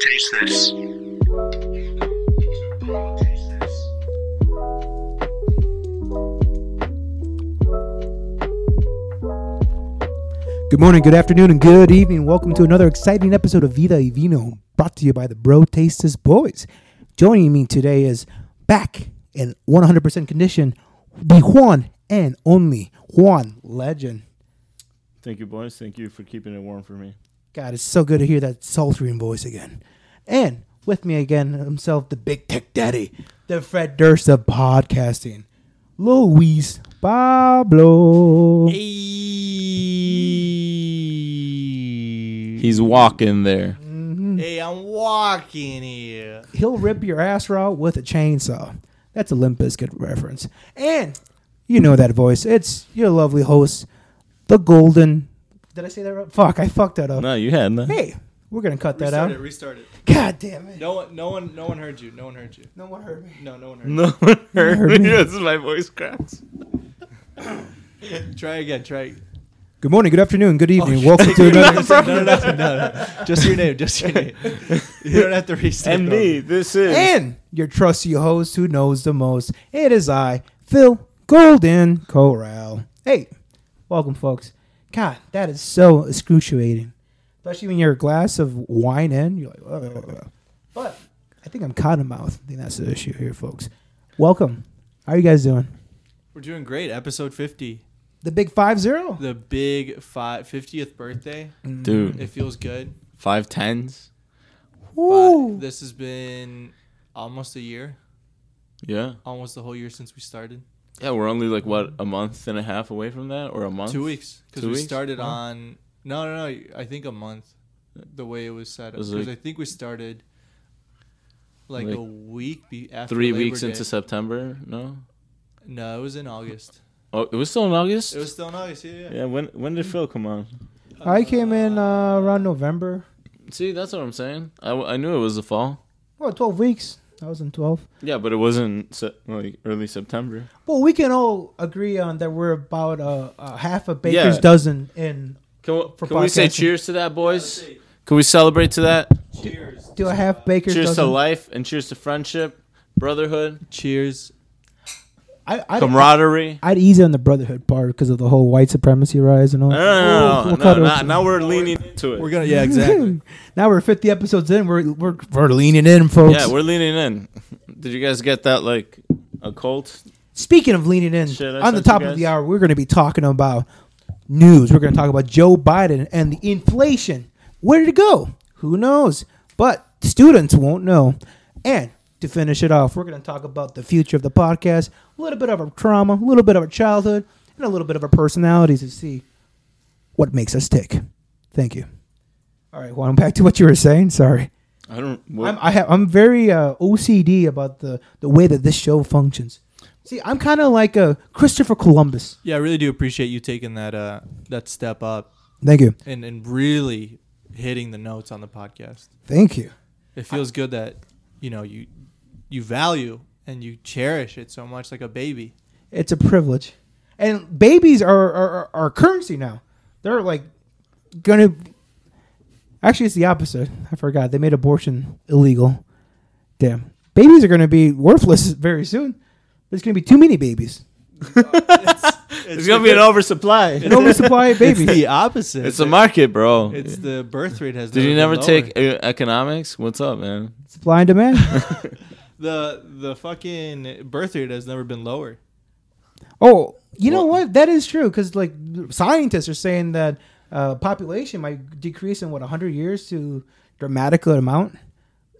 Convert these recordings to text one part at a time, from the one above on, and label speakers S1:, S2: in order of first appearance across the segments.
S1: Taste this.
S2: Good morning, good afternoon, and good evening. Welcome to another exciting episode of Vida y Vino, brought to you by the Bro Tastes Boys. Joining me today is back in 100% condition, the Juan and only Juan Legend.
S3: Thank you, boys. Thank you for keeping it warm for me.
S2: God, it's so good to hear that sultry voice again. And with me again, himself, the Big Tech Daddy, the Fred Durst of podcasting, Luis Pablo.
S4: Hey,
S3: He's walking there.
S4: hey, I'm walking here.
S2: he'll rip your ass raw with a chainsaw. That's a Limp Bizkit reference. And you know that voice. It's your lovely host, the Golden. Did I say that right? Fuck, I fucked that up.
S3: No, you had that.
S2: Hey, we're gonna cut that out.
S4: Restart it. Restart it.
S2: God damn it!
S4: No one, no one, no one heard you. No one heard you.
S2: No one heard me.
S4: No, no one heard.
S3: No one
S2: heard
S3: heard
S2: me.
S3: me. This is my voice cracks.
S4: you. Try again. Try.
S2: Good morning, good afternoon,
S4: Oh,
S2: good evening. Welcome to another.
S4: no, no, no, no, no. Just your name. Just your name. You don't have to restart.
S3: And me, this is.
S2: and your trusty host who knows the most. It is I, Phil Golden Corral. Hey, welcome, folks. God, that is so excruciating. Especially when you're a glass of wine in, you're like, "Ugh." but I think I'm cotton mouth. I think that's the issue here, folks. Welcome. How are you guys doing?
S4: We're doing great. Episode 50,
S2: The big five zero.
S4: the big five, 50th birthday. It
S3: Dude,
S4: feels good.
S3: five tens.
S4: But this has been almost a year,
S3: Yeah.
S4: almost the whole year since we started.
S3: Yeah, we're only like, what, a month and a half away from that? Or a month?
S4: Two weeks because
S3: Two
S4: we
S3: weeks?
S4: started on no, no, no. I think a month, the way it was set up.
S3: Was
S4: Because
S3: it
S4: I
S3: like-
S4: think we started like,
S3: Like
S4: a week be- after
S3: Three
S4: Labor
S3: weeks
S4: Day.
S3: into September? No?
S4: No, it was in August.
S3: Oh, it was still in August?
S4: It was still in August. Yeah, yeah.
S3: yeah, when when did Phil come on?
S2: I came in uh, around November.
S3: See, that's what I'm saying. I, w- I knew it was the fall.
S2: Well, twelve weeks. I was in twelve.
S3: Yeah, but it wasn't se- like early September.
S2: Well, we can all agree on that. We're about a, a half a baker's
S3: Yeah.
S2: dozen in
S3: Can, we-
S2: For
S3: can we say
S2: podcasting.
S3: cheers to that, boys? Can we celebrate to that?
S4: Cheers.
S2: Do I have Baker's
S3: Cheers to
S2: dozen?
S3: life and cheers to friendship, brotherhood,
S4: Cheers.
S2: I, I'd,
S3: camaraderie.
S2: I'd easy on the brotherhood part because of the whole white supremacy rise and all.
S3: No, no, no,
S2: We'll
S3: no,
S2: cut
S3: no,
S2: it
S3: no,
S2: off.
S3: Now we're leaning into it.
S4: We're gonna. Yeah, exactly.
S2: now we're 50 episodes in. We're, we're, we're leaning in, folks.
S3: yeah, we're leaning in. Did you guys get that like a cult?
S2: Speaking of leaning in,
S3: Shit, I
S2: on the
S3: sent you
S2: top of the
S3: guys.
S2: hour, we're going to be talking about news. We're going to talk about Joe Biden and the inflation. Where did it go? Who knows? But students won't know. And to finish it off, we're going to talk about the future of the podcast, a little bit of our trauma, a little bit of our childhood, and a little bit of our personalities to see what makes us tick. Thank you. All right, Juan, back to what you were saying. Sorry.
S3: I don't. What,
S2: I'm, I have, I'm very uh, OCD about the, the way that this show functions. See, I'm kind of like a Christopher Columbus.
S4: Yeah, I really do appreciate you taking that uh that step up
S2: Thank you.
S4: and and really hitting the notes on the podcast.
S2: Thank you.
S4: It feels good that you know you you value and you cherish it so much like a baby.
S2: It's a privilege. And babies are are, are, are currency now. They're like going to. Actually, it's the opposite. I forgot. They made abortion illegal. Damn. Babies are going to be worthless very soon. There's going to be too many babies.
S3: it's gonna be an oversupply.
S2: An oversupply of babies.
S4: It's the opposite.
S3: It's a market, bro.
S4: It's the birth rate has.
S3: Did you never
S4: been lower.
S3: take uh, economics? What's up, man?
S2: Supply and demand.
S4: the the fucking birth rate has never been lower?
S2: Oh, you know
S3: Well-
S2: what? That is true because like scientists are saying that uh, population might decrease in what 100 years to dramatic amount.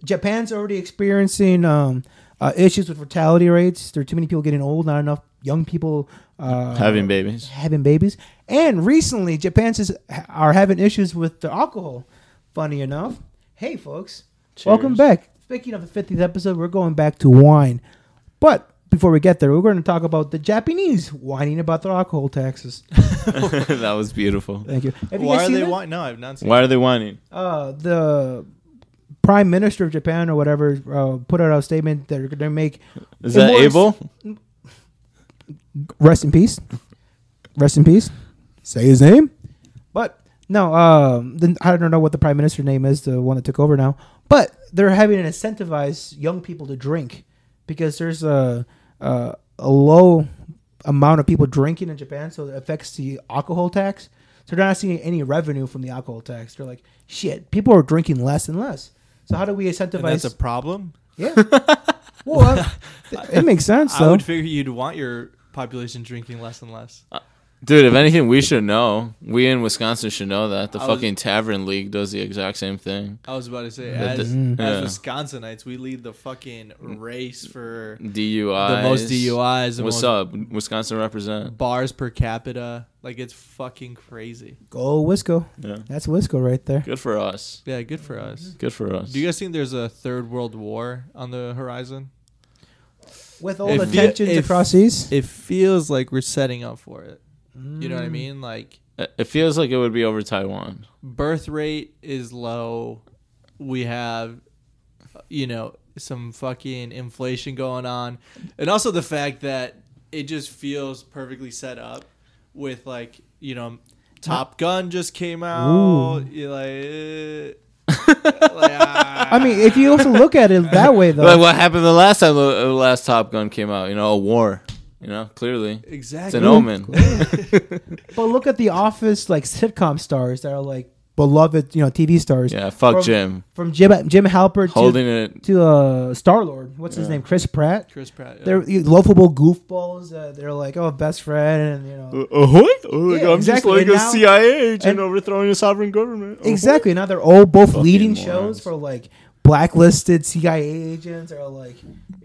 S2: Japan's already experiencing um, uh, issues with mortality rates. There are too many people getting old, not enough young people uh,
S3: Having babies.
S2: having babies. And recently, Japan's is, are having issues with the alcohol. Funny enough, hey folks, welcome
S3: Cheers.
S2: back. Speaking of the 50th episode, we're going back to wine. But before we get there, we're going to talk about the Japanese whining about their alcohol taxes.
S3: that was beautiful.
S2: Thank you. Have you
S4: Why
S2: guys
S4: are
S2: seen
S4: they
S2: that?
S4: whining? No, I've not seen.
S3: Why are they whining?
S2: uh, the prime minister of Japan or whatever uh, put out a statement that they're going to make.
S3: Is that
S2: Immortals-
S3: able?
S2: rest in peace. Rest in peace. Say his name. But No, um, then I don't know what the prime minister name is, the one that took over now. But they're having to incentivize young people to drink because there's a a, a low amount of people drinking in Japan, so it affects the alcohol tax. So they're not seeing any revenue from the alcohol tax. They're like, shit, people are drinking less and less. So how do we
S4: And
S2: incentivize?
S4: that's a problem.
S2: yeah. well, I- th- it makes sense
S4: I
S2: though.
S4: would figure you'd want your population drinking less and less.
S3: Dude, if anything, we should know. We in Wisconsin should know that the
S4: I was-
S3: fucking Tavern League does the exact same thing.
S4: I was about to say,
S3: That
S4: as,
S3: the-
S4: as
S3: yeah.
S4: Wisconsinites, we lead the fucking race for
S3: DUI.
S4: the most DUIs, the
S3: What's
S4: most
S3: up, Wisconsin? Represent.
S4: bars per capita. Like it's fucking crazy.
S2: Go Wisco.
S3: Yeah.
S2: That's Wisco right there.
S3: Good for us.
S4: Yeah, good for us.
S3: Good for us.
S4: Do you guys think there's a third world war on the horizon?
S2: With all
S4: If
S2: the
S4: you-
S2: tensions
S4: if-
S2: across these,
S4: It feels like we're setting up for it. You know what I
S3: Mm.
S4: mean? Like
S3: It- it feels like it would be over Taiwan.
S4: birth rate is low. We have, you know, some fucking inflation going on. And also the fact that it just feels perfectly set up with, like, you know, Top Gun just came out.
S2: Ooh.
S4: You're like, eh. Like, ah.
S2: I mean, if you also look at it that way, though,
S3: like what happened the last time the the last Top Gun came out? You know, a war. You know, clearly it's
S4: exactly.
S3: an omen.
S2: But look at the office like sitcom stars that are like beloved, you know, TV stars.
S3: Yeah, fuck
S2: From-
S3: Jim
S2: From Jim Jim Halpert
S3: holding
S2: to
S3: it.
S2: to uh, Star Lord. What's his
S3: Yeah.
S2: name? Chris Pratt.
S4: Chris Pratt. uh, yeah.
S2: They're you, lovable goofballs. Uh, they're like, oh, best friend, and you know,
S3: Ahoy! Oh my
S2: Yeah, God, I'm just exactly. like And a now-
S3: CIA agent
S2: and-
S3: overthrowing a sovereign government.
S2: Oh, exactly. Now they're all both
S3: Fucking
S2: leading
S3: morons.
S2: shows for like blacklisted CIA agents or like,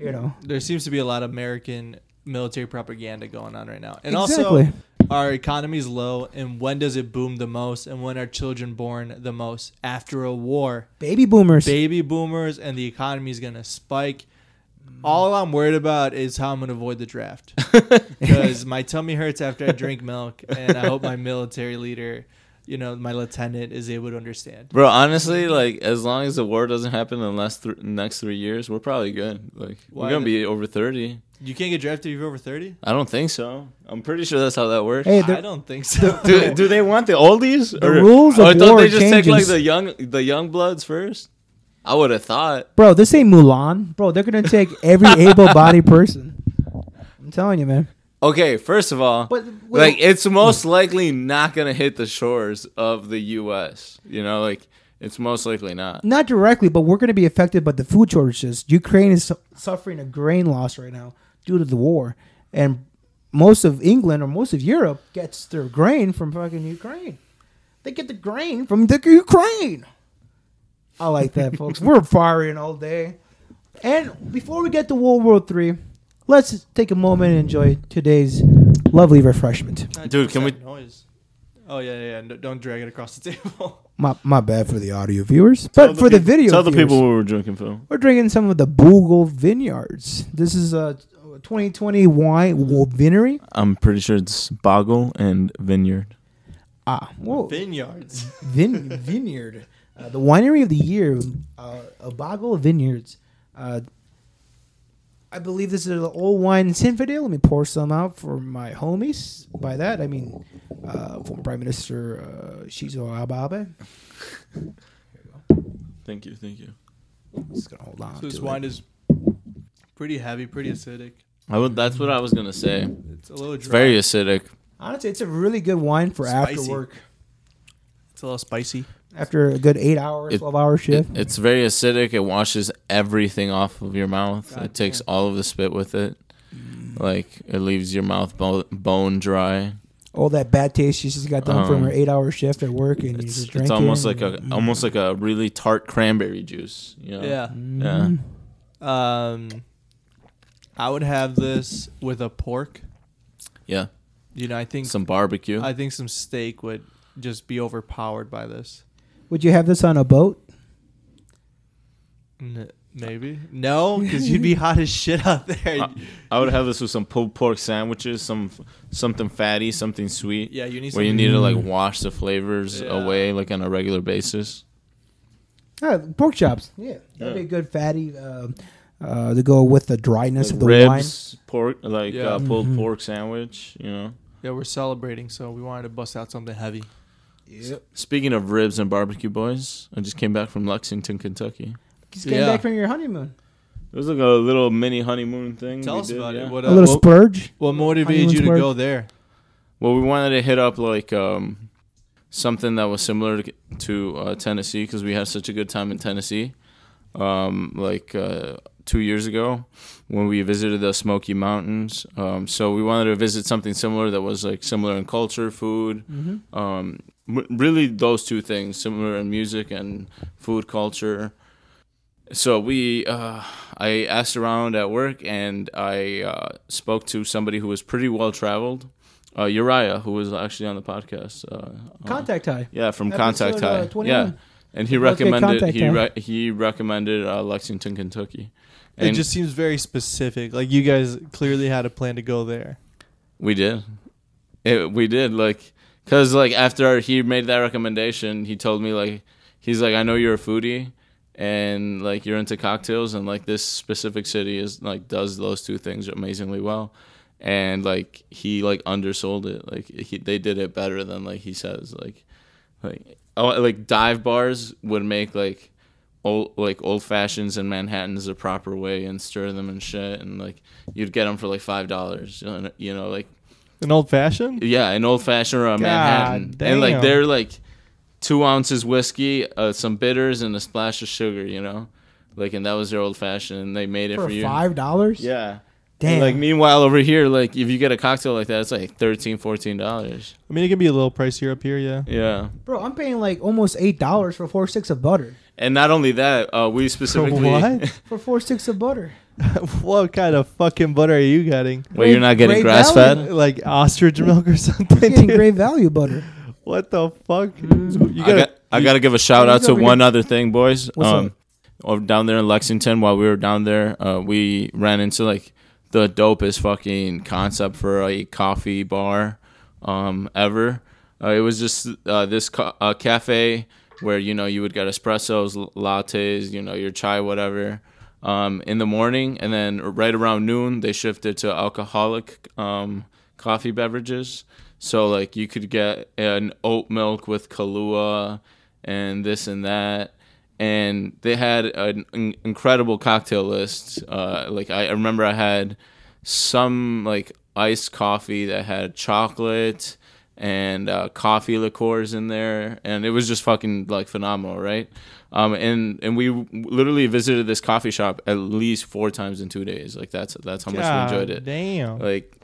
S2: you know,
S4: there seems to be a lot of American military propaganda going on right now. And
S2: Exactly.
S4: also our economy's low and when does it boom the most and when are children born the most after a war?
S2: baby boomers.
S4: Baby boomers and the economy is going to spike. All I'm worried about is how I'm going to avoid the draft. Cuz my tummy hurts after I drink milk and I hope my military leader, you know, my lieutenant is able to understand.
S3: Bro, honestly, like as long as the war doesn't happen in the last th- next three years, we're probably good. Like
S4: Why
S3: we're gonna
S4: the-
S3: be over thirty.
S4: You can't get drafted if you're over 30?
S3: I don't think so. I'm pretty sure that's how that works.
S2: Hey,
S4: I
S2: they're-
S4: don't think so.
S3: do, do they want the oldies?
S2: The rules
S3: or
S2: of
S3: don't
S2: war
S3: Oh, they just take like
S2: changes.
S3: the young the young bloods first? I would have thought.
S2: Bro, this ain't Mulan. Bro, they're gonna take every able-bodied person. I'm telling you, man.
S3: Okay, first of all,
S2: But-
S3: like it's most likely not gonna hit the shores of the U.S. You know, like it's most likely not.
S2: not directly, but we're going to be affected by the food shortages. Ukraine is su- suffering a grain loss right now due to the war, and most of England or most of Europe gets their grain from fucking Ukraine. They get the grain from the Ukraine. I like that, folks. We're firing all day. And before we get to World War Three, let's take a moment and enjoy today's lovely refreshment.
S3: Dude, can we-
S4: That noise? Oh yeah, yeah. yeah. No, don't drag it across the table.
S2: My, my bad for the audio viewers, but for the video
S3: tell the
S2: viewers.
S3: people what we're drinking, Phil.
S2: We're drinking some of the Boogle Vineyards. This is a 2020 wine well, winery.
S3: I'm pretty sure it's Boggle and Vineyard.
S2: Ah, whoa,
S4: Vineyards.
S2: vin- vineyard. Uh, the winery of the year, uh, a Boggle Vineyards. Uh, I believe this is an old wine Sinfidel. Let me pour some out for my homies. By that, I mean uh, former Prime Minister uh, Shizo Abe.
S3: Thank you, thank you.
S2: Just gonna hold on.
S4: So this
S2: to
S4: wine
S2: it.
S4: is pretty heavy, pretty acidic.
S3: I would. That's what I was gonna say.
S4: It's a little
S3: It's
S4: dry.
S3: very acidic.
S2: Honestly, it's a really good wine for after
S4: Spicy.
S2: work,
S4: It's a little spicy.
S2: after a good eight hour,
S3: It-
S2: twelve hour
S3: It,
S2: shift.
S3: it's very acidic. It washes everything off of your mouth.
S4: God
S3: it takes
S4: damn.
S3: all of the spit with it.
S2: Mm.
S3: Like it leaves your mouth bo- bone dry.
S2: all that bad taste she just got done from
S3: Um,
S2: her eight hour shift at work and you
S3: It's
S2: just drink
S3: it's
S2: it
S3: almost
S2: and-
S3: like a almost like a really tart cranberry juice. You know?
S4: Yeah.
S3: Yeah.
S2: Mm.
S4: Um, I would have this with a pork.
S3: Yeah.
S4: You know, I think
S3: Some barbecue.
S4: I think some steak would just be overpowered by this.
S2: Would you have this on a boat?
S4: N- maybe no, because you'd be hot as shit out there.
S3: I, I would have this with some pulled pork sandwiches, some something fatty, something sweet.
S4: yeah, you need.
S3: Where you
S4: some-
S3: need to like
S2: Mm.
S3: wash the flavors
S4: Yeah.
S3: away like on a regular basis.
S2: Ah, pork chops. Yeah, that'd be
S3: Yeah.
S2: a good fatty uh, uh, to go with the dryness of
S3: Like
S2: the wine.
S3: ribs, pork, like
S4: Yeah.
S3: uh, pulled
S2: Mhm.
S3: pork sandwich. You know.
S4: Yeah, we're celebrating, so we wanted to bust out something heavy.
S2: Yep.
S3: Speaking of ribs and barbecue, boys, I just came back from Lexington, Kentucky.
S2: Just came
S4: Yeah.
S2: back from your honeymoon.
S3: It was like a little mini honeymoon thing.
S4: Tell
S3: we
S4: us
S3: did,
S4: about
S3: yeah.
S4: it. What,
S2: a
S4: uh,
S2: little
S4: what,
S2: splurge.
S4: what motivated
S2: Honeymoon's
S4: you to
S2: work.
S4: go there?
S3: Well, we wanted to hit up like um, something that was similar to, to uh, Tennessee because we had such a good time in Tennessee. Um, like uh, two years ago, when we visited the Smoky Mountains, um, so we wanted to visit something similar that was like similar in culture, food, um, m- really those two things, similar in music and food culture. So we, uh, I asked around at work, and I uh, spoke to somebody who was pretty well traveled, uh, Uriah, who was actually on the podcast. Uh, uh,
S2: Contact high.
S3: yeah, from
S2: Episode,
S3: Contact
S2: uh,
S3: High.
S2: 21.
S3: yeah, and he
S2: Let's get
S3: recommended
S2: Contact
S3: he
S2: High.
S3: re- he recommended uh, Lexington, Kentucky, and
S4: it just seems very specific. Like you guys clearly had a plan to go there.
S3: we did, it, we did like, cause like after he made that recommendation, he told me like, he's like, I know you're a foodie, and like you're into cocktails, and like this specific city is like does those two things amazingly well. And like he like undersold it, like he, they did it better than like he says, like like oh, like dive bars would make like old like old fashions and Manhattans the proper way and stir them and shit and like you'd get them for like five dollars you know like
S4: An old fashioned?
S3: yeah an old fashioned or a Manhattan and like
S4: damn.
S3: they're like two ounces whiskey uh, some bitters and a splash of sugar you know like and that was their old fashioned and they made it for,
S2: For
S3: you
S2: five dollars?
S3: yeah
S2: Damn.
S3: like meanwhile over here like if you get a cocktail like that it's like 13 14 dollars
S4: I mean, it can be a little pricier up here, yeah.
S3: yeah
S2: Bro, I'm paying like almost eight dollars for four sticks of butter.
S3: and not only that uh we specifically
S4: what?
S2: For four sticks of butter.
S4: what kind of fucking butter are you getting?
S3: Wait, you're not
S2: Great
S3: getting grass fed?
S2: value.
S4: Like ostrich milk or something?
S2: Getting
S4: dude?
S2: great value butter.
S4: What the fuck? You
S3: I, got, I gotta give a shout out
S2: Who's
S3: to
S2: over
S3: one other thing, boys.
S2: What's
S3: um,
S2: up?
S3: Over down there in Lexington, while we were down there, uh, we ran into like the dopest fucking concept for a coffee bar um, ever. Uh, it was just uh, this ca- uh, cafe where you know you would get espressos, l- lattes, you know your chai, whatever, um, in the morning, and then right around noon they shifted to alcoholic um, coffee beverages. So like you could get an oat milk with Kahlua and this and that. And they had an in- incredible cocktail list. Uh, like I, I remember I had some like iced coffee that had chocolate and uh, coffee liqueurs in there, and it was just fucking like phenomenal, right? Um, and and we literally visited this coffee shop at least four times in two days. Like that's that's how much we enjoyed it
S4: Damn.
S3: like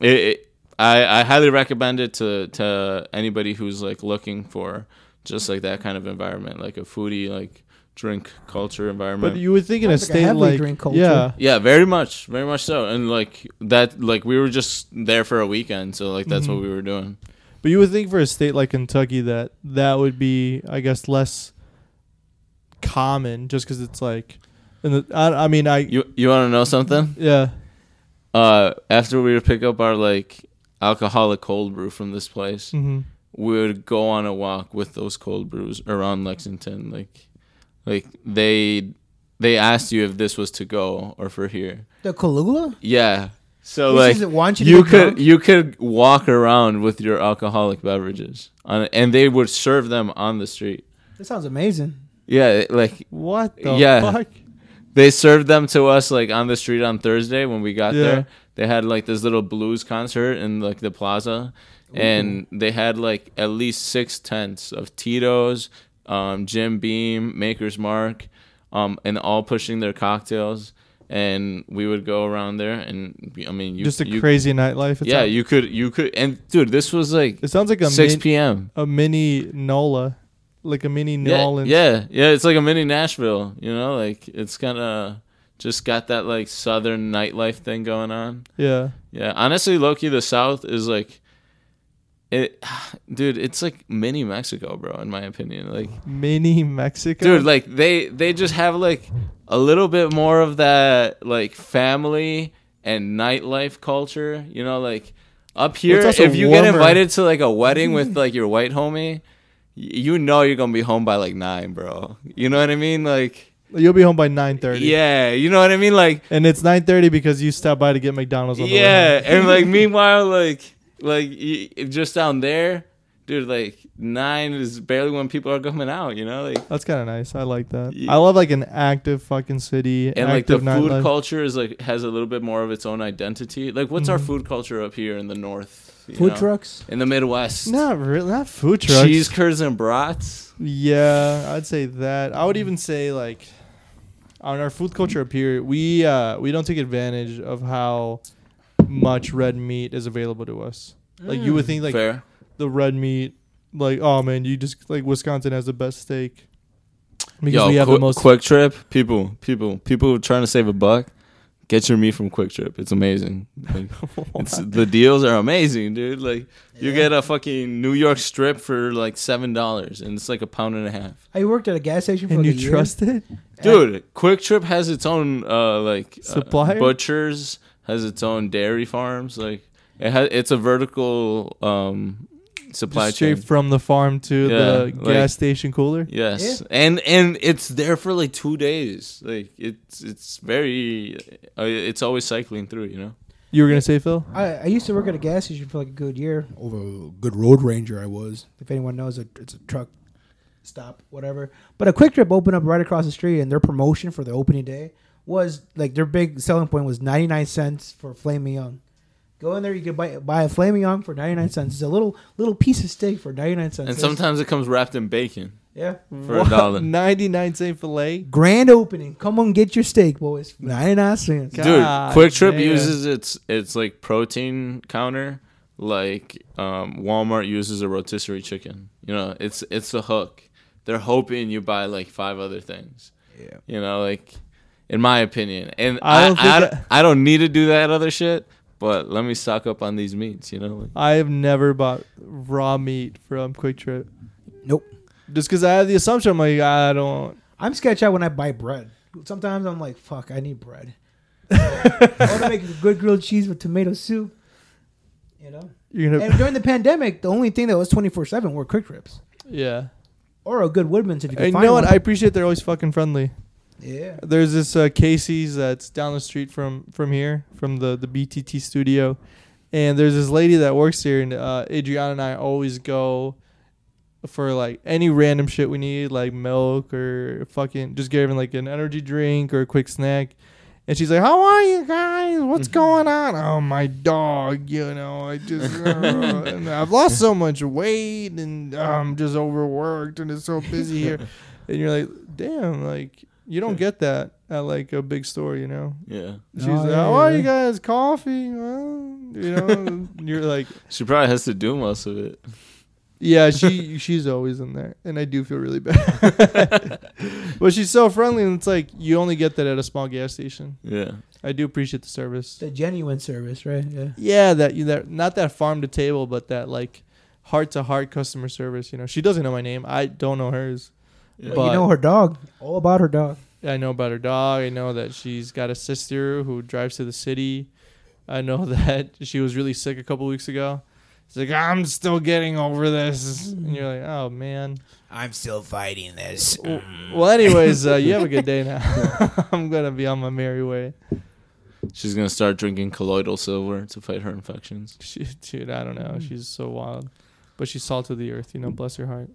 S3: it, it I, I highly recommend it to to anybody who's like looking for just like that kind of environment like a foodie like drink culture environment
S4: But you would think in a
S2: Sounds like a
S4: state
S2: heavily
S4: like
S2: drink culture.
S4: yeah,
S3: yeah very much very much so and like that like we were just there for a weekend so like that's
S4: Mm-hmm.
S3: what we were doing
S4: but you would think for a state like Kentucky that that would be, I guess, less common just because it's like, in the, I, I mean, I
S3: you you want to know something
S4: yeah,
S3: uh after we would pick up our like alcoholic cold brew from this place
S2: Mm-hmm.
S4: hmm
S3: we would go on a walk with those cold brews around Lexington. Like, like they they asked you if this was to go or for here.
S2: The Kalula?
S3: Yeah. So
S2: This
S3: like
S2: isn't want you to
S3: you
S2: get
S3: could
S2: drunk?
S3: you could walk around with your alcoholic beverages on, and they would serve them on the street.
S2: That sounds amazing.
S3: Yeah, like
S4: what the
S3: Yeah.
S4: fuck?
S3: they served them to us like on the street on Thursday when we got
S4: Yeah.
S3: there. They had like this little blues concert in like the plaza, and they had like at least six tents of Tito's, um, Jim Beam, Maker's Mark, um, and all pushing their cocktails. And we would go around there, and I mean, you,
S4: just a
S3: you-
S4: crazy nightlife. It's
S3: yeah,
S4: like-
S3: you could, you could, and dude, this was like
S4: it sounds like a
S3: six
S4: min-
S3: p.m.
S4: a mini Nola, like a mini New
S3: yeah,
S4: Orleans.
S3: Yeah, yeah, it's like a mini Nashville, you know, like it's kind of just got that like southern nightlife thing going on.
S4: yeah.
S3: Yeah, honestly, Loki, the South is like it, dude. It's like mini Mexico, bro. In my opinion, like,
S4: Mini Mexico.
S3: dude, like they they just have like a little bit more of that like family and nightlife culture. You know, like up here,
S4: also
S3: if you get
S4: warmer.
S3: invited to like a wedding with like your white homie, y- you know you're gonna be home by like nine, bro. You know what I mean? Like,
S4: you'll be home by nine thirty.
S3: yeah, you know what I mean? Like,
S4: And it's nine thirty because you stopped by to get McDonald's. On the way home.
S3: yeah, and like meanwhile, like like y- just down there, dude, like nine is barely when people are coming out. You know, like
S4: That's kind of nice. I like that.
S3: Yeah.
S4: I love like an active fucking city.
S3: and like the
S4: active
S3: food
S4: nightlife.
S3: culture is like has a little bit more of its own identity. Like, what's
S4: Mm-hmm.
S3: our food culture up here in the north? you
S2: Food
S3: know?
S2: trucks.
S3: in the Midwest.
S4: Not really. Not food trucks.
S3: cheese curds and brats.
S4: Yeah, I'd say that. I would even say like on our food culture up here, we uh, we don't take advantage of how much red meat is available to us. Like you would
S3: Mm.
S4: think like
S3: Fair.
S4: the red meat, like oh man, you just like Wisconsin has the best steak because
S3: Yo,
S4: we have
S3: Qui-
S4: the most.
S3: Quick Trip people, people, people who are trying to save a buck. Get your meat from Quick Trip. It's amazing. Like, it's, the deals are amazing, dude. Like you get a fucking New York strip for like seven dollars, and it's like a pound and a half.
S2: I worked at a gas station for
S4: and
S2: like
S4: you
S2: a year.
S4: trust it?
S3: Dude, Quick Trip has its own uh, like uh,
S4: Supplier?
S3: butchers, has its own dairy farms. Like it has, it's a vertical um, supply
S4: Just straight
S3: chain.
S4: from the farm to the
S3: Yeah, like-
S4: gas station cooler.
S3: Yes,
S2: Yeah.
S3: and and it's there for like two days. Like it's it's very, uh, it's always cycling through. You know.
S4: You were gonna say Phil?
S2: I, I used to work at a gas station for like a good year. Over a good road ranger, I was. If anyone knows, it- it's a truck stop, whatever. But a Quick Trip opened up right across the street, and their promotion for the opening day was like their big selling point was ninety nine cents for flaming young. Go in there, you could buy buy a flaming young for ninety nine cents. It's a little little piece of steak for ninety nine cents.
S3: And sometimes it comes wrapped in bacon
S2: yeah.
S3: for a dollar.
S4: Ninety nine cent fillet.
S2: Grand opening. Come on, get your steak, boys. Ninety nine cents.
S4: God
S3: Dude, Quick Trip
S4: damn.
S3: uses its its like protein counter like um, Walmart uses a rotisserie chicken. You know, it's it's the hook. They're hoping you buy like five other things.
S2: Yeah.
S3: You know, like in my opinion, and
S4: I
S3: I
S4: don't
S3: don't
S4: think
S3: I,
S4: that-
S3: I don't need to do that other shit. But let me stock up on these meats. You know. Like,
S4: I have never bought raw meat from Quick Trip.
S2: Nope.
S4: Just because I have the assumption, I'm like, I don't.
S2: I'm sketch out when I buy bread. Sometimes I'm like, fuck, I need bread. I want to make a good grilled cheese with tomato soup. You know?
S4: You're gonna,
S2: And during the pandemic, the only thing that was 24 7 were quick trips
S4: yeah.
S2: or a good Woodman's if you could
S4: And you
S2: find
S4: know what?
S2: one.
S4: I appreciate they're always fucking friendly.
S2: yeah.
S4: There's this uh, Casey's that's down the street from from here, from the the BTT studio, and there's this lady that works here, and uh, Adriana and I always go for like any random shit we need, like milk or fucking just giving like an energy drink or a quick snack. And she's like, "How are you guys? What's going on? Oh, my dog. You know, I just uh, and I've lost so much weight, and uh, I'm just overworked, and it's so busy here." and you're like, "Damn! Like you don't get that at like a big store, you know?"
S3: yeah.
S4: She's
S2: Oh,
S4: like,
S2: yeah,
S4: "How are
S2: yeah.
S4: you guys? Coffee? Well, you know?" and you're like,
S3: She probably has to do most of it.
S4: yeah, she she's always in there, and I do feel really bad. but she's so friendly, and it's like you only get that at a small gas station.
S3: Yeah.
S4: I do appreciate the service.
S2: The genuine service, right? Yeah.
S4: Yeah, that you that not that farm to table, but that like heart to heart customer service. You know, she doesn't know my name. I don't know hers.
S3: Yeah.
S2: But,
S4: But-
S2: you know her dog. All about her dog.
S4: I know about her dog. I know that she's got a sister who drives to the city. I know that she was really sick a couple weeks ago. It's like I'm still getting over this, and you're like, oh man.
S2: I'm still fighting this.
S4: Well, well, anyways, uh, you have a good day now. I'm gonna be on my merry way.
S3: She's gonna start drinking colloidal silver to fight her infections.
S4: She, dude, I don't know. She's so wild, but she's salt of the earth. You know, bless her heart.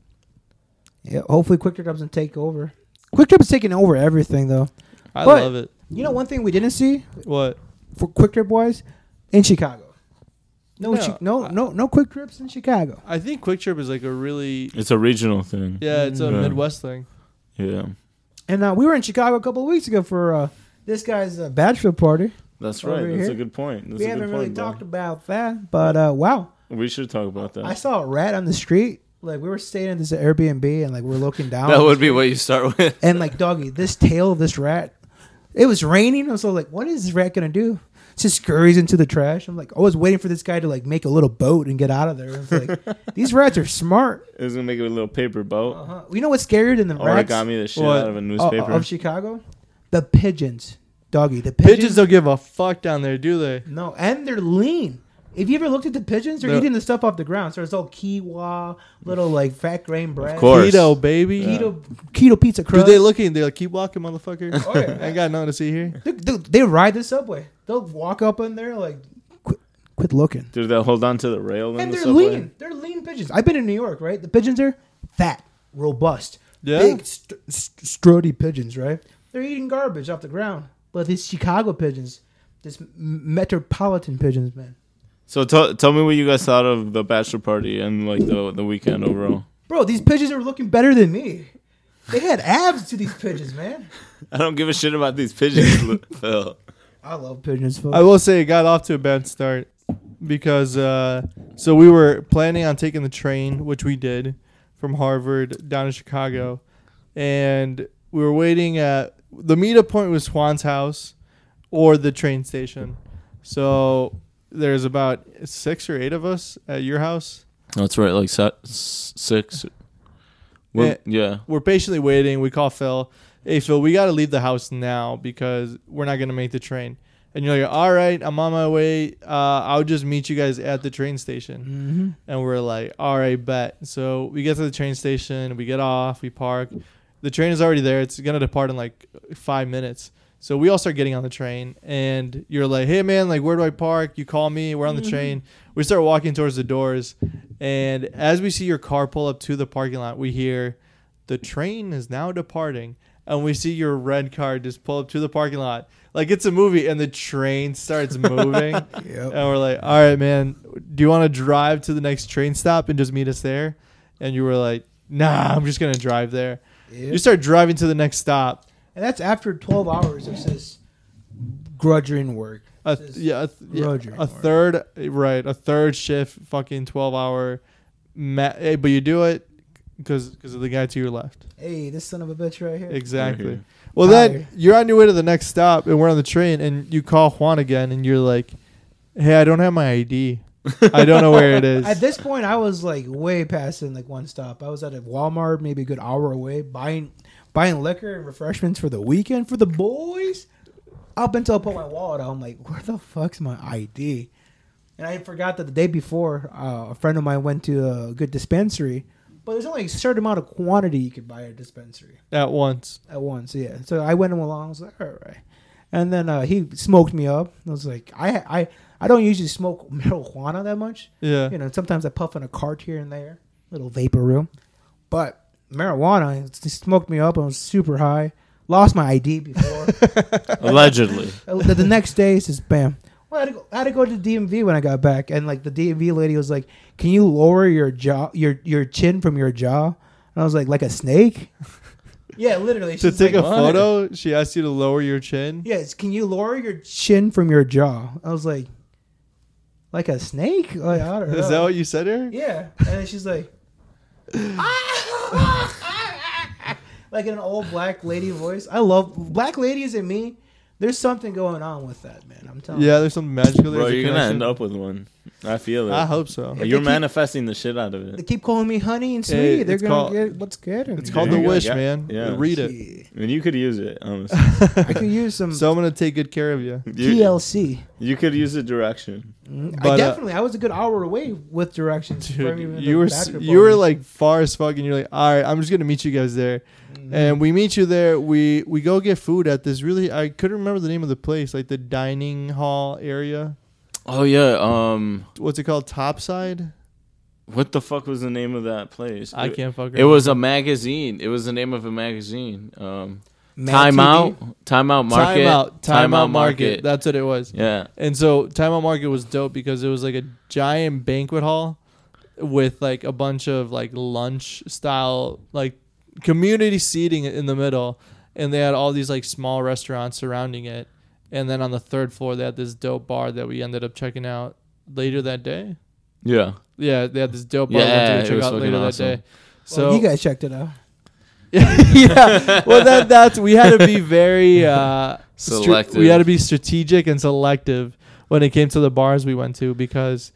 S2: Yeah, hopefully, Quick Trip doesn't take over. Quick Trip is taking over everything, though.
S4: I
S2: But-
S4: love it.
S2: You know, one thing we didn't see
S4: What?
S2: for Quick Trip wise in Chicago. No,
S4: No,
S2: Chi- no,
S4: I-
S2: no, no Quick Trips in Chicago.
S4: I think Quick Trip is like a really
S3: It's a regional thing.
S4: yeah, it's a
S3: Yeah.
S4: Midwest thing.
S3: Yeah.
S2: And uh, we were in Chicago a couple of weeks ago for uh, this guy's uh, bachelor party.
S3: That's
S2: Over
S3: right. That's
S2: here.
S3: a good point. That's
S2: we
S3: a good
S2: haven't really
S3: point, bro.
S2: talked about that, but uh, wow,
S3: We should talk about that.
S2: I saw a rat on the street. Like we were staying at this Airbnb, and like we're looking down.
S3: that would be what you start with.
S2: and like doggy, this tail of this rat. It was raining. I was like, what is this rat gonna do? It just scurries into the trash. I'm like, I was waiting for this guy to like make a little boat and get out of there. It's like these rats are smart.
S3: It's gonna make it a little paper boat. Oh,
S2: Uh-huh. You know what's scarier than the rats
S3: Origami the shit
S4: What? Oh,
S3: out of a
S2: o-
S3: newspaper.
S2: of Chicago? The pigeons, doggy. The
S4: Pigeons don't give a fuck down there, do they?
S2: No, and they're lean. If you ever looked at the pigeons, they're
S4: They're-
S2: eating the stuff off the ground. So it's all quinoa, little like fat grain bread,
S3: course.
S4: Keto baby.
S2: keto keto pizza
S4: Do
S2: crust.
S4: they looking? They're like, keep walking, motherfucker.
S2: Oh, yeah.
S4: I ain't got nothing to see here.
S2: Dude, dude, they ride the subway. They'll walk up in there like, "Qu- Quit looking.
S3: Dude, they'll hold on to the rail in
S2: And
S3: the
S2: they're
S3: subway.
S2: lean. They're lean pigeons. I've been in New York, right? The pigeons are fat, robust,
S4: Yeah.
S2: big, st- st- sturdy pigeons, right? They're eating garbage off the ground. But these Chicago pigeons, this m- metropolitan pigeons, man.
S3: So tell tell me what you guys thought of the bachelor party and like the the weekend overall.
S2: Bro, these pigeons are looking better than me. They had abs to these pigeons, man.
S3: I don't give a shit about these pigeons, Lu- Phil.
S2: I love pigeons, folks.
S4: I will say it got off to a bad start because uh, so we were planning on taking the train, which we did from Harvard down to Chicago, and we were waiting at the meetup point was Swan's house or the train station. So there's about six or eight of us at your house.
S3: That's right, like se- s-
S4: Eh.
S3: six. We're- yeah,
S4: We're patiently waiting. We call Phil. Hey Phil, we got to leave the house now because we're not gonna make the train. And you're like, all right, I'm on my way. Uh, I'll just meet you guys at the train station.
S2: hmm
S4: And we're like, all right, bet. So we get to the train station, we get off, we park. The train is already there. It's gonna depart in like five minutes. So we all start getting on the train, and you're like, hey man, like where do I park? You call me. We're on the train. We start walking towards the doors, and as we see your car pull up to the parking lot, we hear, the train is now departing. And we see your red car just pull up to the parking lot. Like it's a movie, and the train starts moving.
S2: Yep.
S4: And we're like, all right, man, do you want to drive to the next train stop and just meet us there? And you were like, nah, I'm just going to drive there. You
S2: Yep.
S4: start driving to the next stop.
S2: And that's after 12 hours of this grudging work.
S4: A,
S2: This is
S4: yeah, a, th- yeah,
S2: Roger.
S4: a third, right, a third shift, fucking 12 hour. Ma- hey, but you do it because of the guy to your left.
S2: Hey, this son of a bitch right here.
S4: Exactly.
S3: Right
S4: Well,
S2: Tired.
S4: then you're on your way to the next stop, and we're on the train, and you call Juan again, and you're like, hey, I don't have my ID. I don't know where it is.
S2: At this point, I was like way past in like one stop. I was at a Walmart, maybe a good hour away, buying buying liquor and refreshments for the weekend for the boys. Up until I put my wallet out, I'm like, where the fuck's my ID? And I forgot that the day before, uh, a friend of mine went to a good dispensary, but there's only a certain amount of quantity you could buy at a dispensary
S4: At once.
S2: at once. Yeah. So I went along. I was like, all right. And then uh, he smoked me up. I was like, I I I don't usually smoke marijuana that much.
S4: Yeah.
S2: You know, sometimes I puff on a cart here and there, little vapor room. But marijuana, it smoked me up. I was super high. Lost my ID before.
S3: allegedly.
S2: Uh, the, the next day, it's just bam. Well, I had, to go, I had to go to the DMV when I got back, and like the DMV lady was like, "Can you lower your jaw, your your chin from your jaw?" And I was like, "Like a snake." yeah, literally.
S4: to
S2: She's
S4: take
S2: like,
S4: a
S3: "What?"
S4: photo, she asked you to lower your chin.
S2: Yes, can you lower your chin from your jaw? I was like, like a snake? Like, I don't know.
S4: Is that what you said here?
S2: yeah. And then she's like, "Ah!" like in an old black lady voice. I love black ladies and me. There's something going on with that, man. I'm telling
S4: Yeah, there's something
S3: Bro,
S4: magical. There's a
S3: you're gonna
S4: connection.
S3: end up with one. I feel it.
S4: I hope so.
S2: If
S3: you're
S2: they keep-
S3: manifesting the shit out of
S2: you. They
S3: it.
S2: keep calling me honey and sweet.
S4: Hey,
S2: They're
S4: it's
S2: going to
S4: called-
S2: get what's good. in
S4: It's
S2: me.
S4: called
S3: Yeah,
S4: the
S3: you
S4: wish,
S3: got-
S4: man.
S3: yeah.
S4: Read it.
S2: Yeah.
S3: And you could use it, honestly.
S2: I could use some
S4: So I'm gonna take good care of you.
S3: you,
S2: TLC.
S3: you could use the direction.
S2: Mm, I
S4: But, uh,
S2: definitely, I was a good hour away with directions. from even
S4: Dude,
S2: the
S4: you were s-
S2: bachelor
S4: you were
S2: party.
S4: like far as fuck, and you're like, all right, I'm just gonna meet you guys there,
S2: Mm-hmm.
S4: and we meet you there. We we go get food at this really I couldn't remember the name of the place, like the dining hall area.
S3: Oh yeah. Um,
S4: What's it called? Topside?
S3: what the fuck was the name of that place? It-
S4: fuck.
S3: It was a magazine. It was the name of a magazine. Um,
S2: Mad
S3: Time
S2: TV.
S3: Out, Time Out Market,
S4: time out, time, out market. That's what it was.
S3: yeah,
S4: And so Time Out Market was dope because it was like a giant banquet hall with like a bunch of like lunch style like community seating in the middle and they had all these like small restaurants surrounding it and then on the third floor they had this dope bar that we ended up checking out later that day.
S3: yeah.
S4: Yeah, they had this dope bar
S3: Yeah,
S4: that we
S3: it
S4: checked
S3: was
S4: out
S3: fucking
S4: later
S3: awesome.
S4: that day. So
S2: Well, you guys checked it out.
S4: yeah. Well, that that's we had to be very uh, str-
S3: Selective.
S4: we had to be strategic and selective when it came to the bars we went to because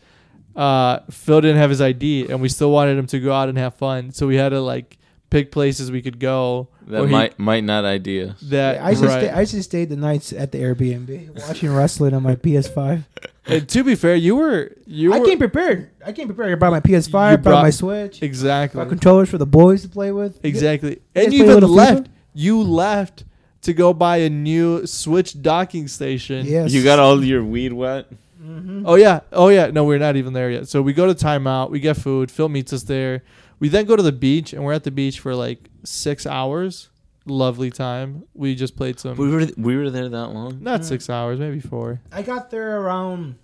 S4: uh, Phil didn't have his ID and we still wanted him to go out and have fun. So we had to like pick places we could go
S3: That
S4: where he-
S3: might might not idea.
S4: that
S2: I should
S4: right.
S2: stay, I should stayed the nights at the Airbnb watching wrestling on my PS5.
S4: and to be fair, you were you
S2: I
S4: were
S2: came prepared. I came prepared. I brought my PS5,
S4: You
S2: brought,
S4: brought-
S2: my Switch,
S4: exactly
S2: brought controllers for the boys to play with.
S4: exactly,
S2: guys
S4: and
S2: play
S4: you
S2: a
S4: even
S2: little
S4: left.
S2: FIFA?
S4: You left to go buy a new Switch docking station.
S2: Yes.
S3: You got all your weed wet.
S2: Mhm.
S4: Oh yeah, oh yeah. No, we're not even there yet. So we go to timeout. We get food. Phil meets us there. We then go to the beach, and we're at the beach for like six hours. Lovely time. We just played some.
S3: We were we were there that long.
S4: not six hours, maybe four.
S2: I got there around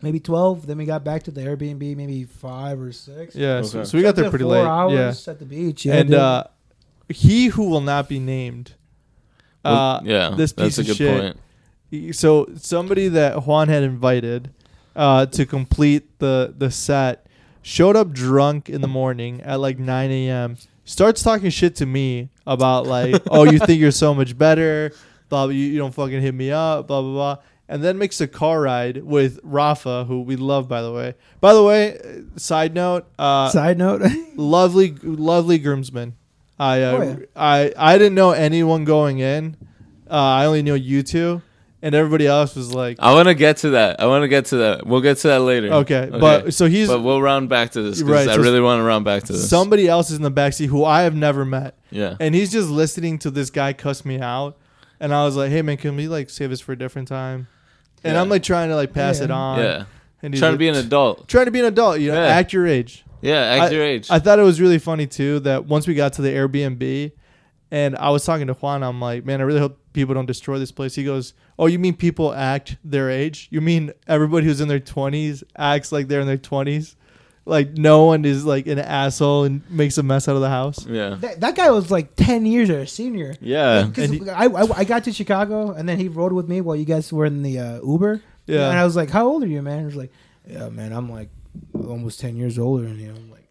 S2: maybe twelve. Then we got back to the Airbnb maybe five or six.
S4: Yeah,
S3: Okay.
S4: so, so we got there
S2: Up to
S4: pretty
S2: four
S4: late. Yeah,
S2: Hours at the beach. Yeah,
S4: and
S2: dude.
S4: uh, he who will not be named. Uh,
S3: Well, yeah,
S4: this piece
S3: that's a
S4: of
S3: good
S4: shit.
S3: point.
S4: so somebody that Juan had invited uh, to complete the the set showed up drunk in the morning at like 9 a.m. Starts talking shit to me about like, oh, you think you're so much better, blah, blah, you, you don't fucking hit me up, blah blah blah, and then makes a car ride with Rafa, who we love by the way. By the way, uh, side note, uh,
S2: side note.
S4: lovely lovely groomsman i uh,
S2: Oh, yeah.
S4: i i didn't know anyone going in uh, i only knew you two and everybody else was like
S3: I want to get to that. I want to get to that. We'll get to that later.
S4: okay, but so he's
S3: but we'll round back to this because
S4: Right,
S3: I
S4: so
S3: really want to round back to this.
S4: somebody else is in the backseat who i have never met
S3: yeah.
S4: and he's just listening to this guy cuss me out and i was like hey man can we like save this for a different time and
S3: Yeah.
S4: i'm like trying to like pass it
S2: Yeah.
S4: on
S3: yeah.
S4: and he's
S3: Trying to
S4: like,
S3: be an adult.
S4: trying to be an adult you know
S3: Yeah.
S4: act your age
S3: Yeah, act your age.
S4: I thought it was really funny too that once we got to the Airbnb and I was talking to Juan, I'm like, man, I really hope people don't destroy this place. He goes, Oh, you mean people act their age? You mean everybody who's in their 20s acts like they're in their 20s? Like no one is like an asshole and makes a mess out of the house.
S3: yeah.
S2: that, that guy was like ten years or a senior.
S3: Yeah.
S2: Because
S4: And he-
S2: I, I I got to Chicago and then he rode with me while you guys were in the uh, Uber.
S4: Yeah.
S2: And I was like, "How old are you, man?" He was like, "Yeah, man, I'm like almost ten years older." And you know, I'm like,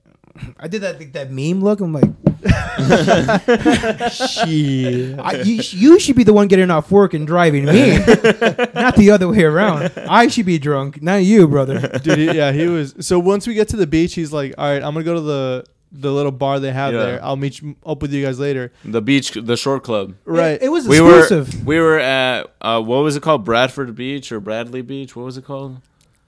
S2: I did that like, that meme look. I'm like,
S4: Shit.
S2: I, you, sh- you should be the one getting off work and driving me, not the other way around. I should be drunk, not you, brother.
S4: Dude, he- yeah, he was so once we get to the beach, he's like, All right, I'm gonna go to the the little bar they have
S3: Yeah.
S4: there. I'll meet you up with you guys later.
S3: The beach, the shore club.
S4: Right.
S2: It, it was
S3: We were
S2: exclusive.
S3: we were at uh, what was it called? Bradford Beach or Bradley Beach? What was it called?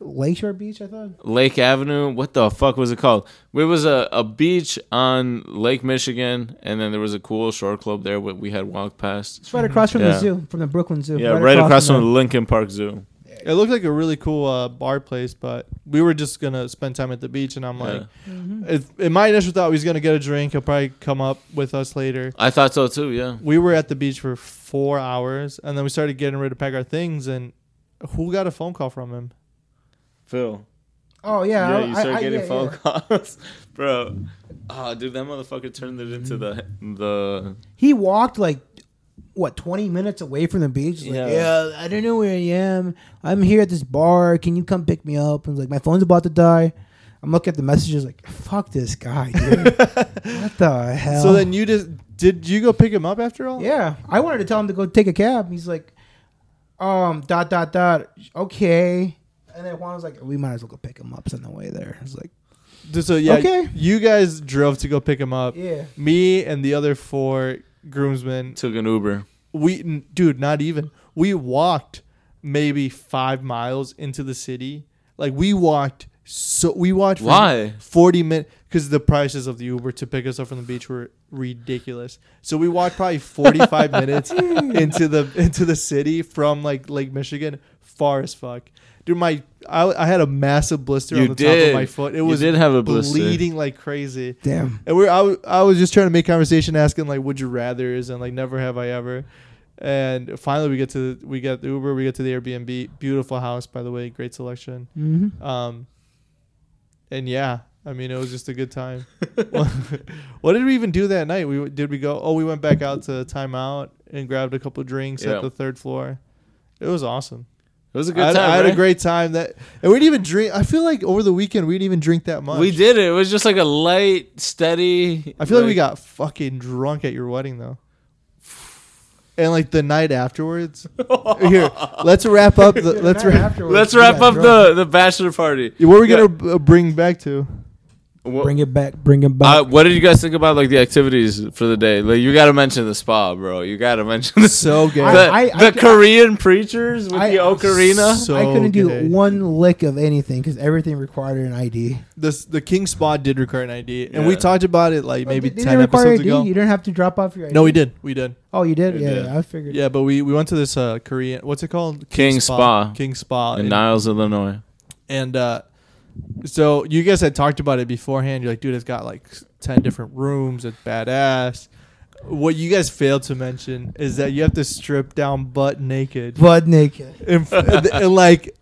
S2: Lakeshore Beach, I thought.
S3: Lake Avenue. What the fuck was it called? It was a, a beach on Lake Michigan, and then there was a cool shore club there. What we had walked past.
S2: It's right across from
S3: Yeah.
S2: the zoo, from the Brooklyn Zoo.
S3: Yeah, right, across from the Lincoln Park Zoo.
S4: It looked like a really cool uh, bar place, but we were just gonna spend time at the beach, and I'm like,
S2: Mm-hmm.
S4: if, in my initial thought, we was gonna get a drink. He'll probably come up with us later.
S3: I thought so too. Yeah.
S4: We were at the beach for four hours, and then we started getting ready to pack our things. And who got a phone call from him?
S3: Phil.
S2: Oh yeah,
S3: Yeah,
S2: I-
S3: you
S2: I-
S3: start
S2: I-
S3: getting
S2: yeah,
S3: phone
S2: yeah.
S3: calls, bro. Oh, dude, that motherfucker turned it into the the.
S2: He walked like what twenty minutes away from the beach. He's Like,
S3: Yeah.
S2: yeah. I don't know where I am. I'm here at this bar. Can you come pick me up? And like, my phone's about to die. I'm looking at the messages like, fuck this guy, dude. what the hell?
S4: So then you just did you go pick him up after all?
S2: Yeah, I wanted to tell him to go take a cab. He's like, um, dot dot dot. Okay. And then Juan was like, we might as well go pick him up It's on the way there. It's like,
S4: D- So yeah,
S2: Okay.
S4: you guys drove to go pick him up.
S2: yeah,
S4: Me and the other four groomsmen,
S3: Took an Uber.
S4: we n- dude not even we walked maybe five miles into the city like we walked so we walked for
S3: Why?
S4: 40 minutes because the prices of the uber to pick us up from the beach were ridiculous so we walked probably 45 minutes into the into the city from like lake michigan far as fuck dude my i, I had a massive blister
S3: You
S4: on the top
S3: did.
S4: of my foot it
S3: You
S4: was
S3: did have a blister.
S4: bleeding like crazy
S2: damn.
S4: and we're I, w- I was just trying to make conversation, asking like, "Would you rather's?" and like, "Never have I ever." And finally, we get to we get the Uber, we get to the Airbnb, beautiful house by the way, great selection.
S2: Mm-hmm.
S4: Um, and yeah, I mean, it was just a good time. what did we even do that night? We did we go? Oh, we went back out to timeout and grabbed a couple drinks
S3: Yeah.
S4: at the third floor. It was awesome.
S3: It was a good
S4: I, had-
S3: time.
S4: I had
S3: right?
S4: a great time. That and we didn't even drink. I feel like over the weekend we didn't even drink that much.
S3: We did it. It was just like a light, steady.
S4: I feel like, we got fucking drunk at your wedding though. And like the night afterwards. Here, let's wrap up the let's wrap
S3: Let's wrap up the the bachelor party.
S4: what are we gonna uh, bring back to?
S3: What,
S2: Bring it back. Bring it back.
S3: uh, what did you guys think about like the activities for the day? Like you got to mention the spa, bro. You got to mention the
S4: So good.
S3: The,
S2: I- I-
S3: the
S2: I-
S3: Korean preachers with
S2: I-
S3: the ocarina.
S4: So
S2: I couldn't do
S4: good.
S2: one lick of anything because everything required an ID.
S4: This the King Spa did require an ID, and we
S3: Yeah.
S4: talked about it like maybe
S2: Did- did it
S4: ten
S2: require
S4: episodes
S2: ID?
S4: ago.
S2: You didn't have to drop off your ID.
S4: No, we did. We did.
S2: Oh, you did.
S3: We
S2: Yeah,
S3: did.
S2: yeah, I figured.
S4: Yeah, but we we went to this uh Korean. What's it called?
S3: King Spa.
S4: King Spa.
S3: in
S4: And,
S3: Niles, Illinois.
S4: and uh, so you guys had talked about it beforehand. You're like, dude, it's got like ten different rooms. It's badass. What you guys failed to mention is that you have to strip down butt naked.
S2: Butt naked.
S4: in, in like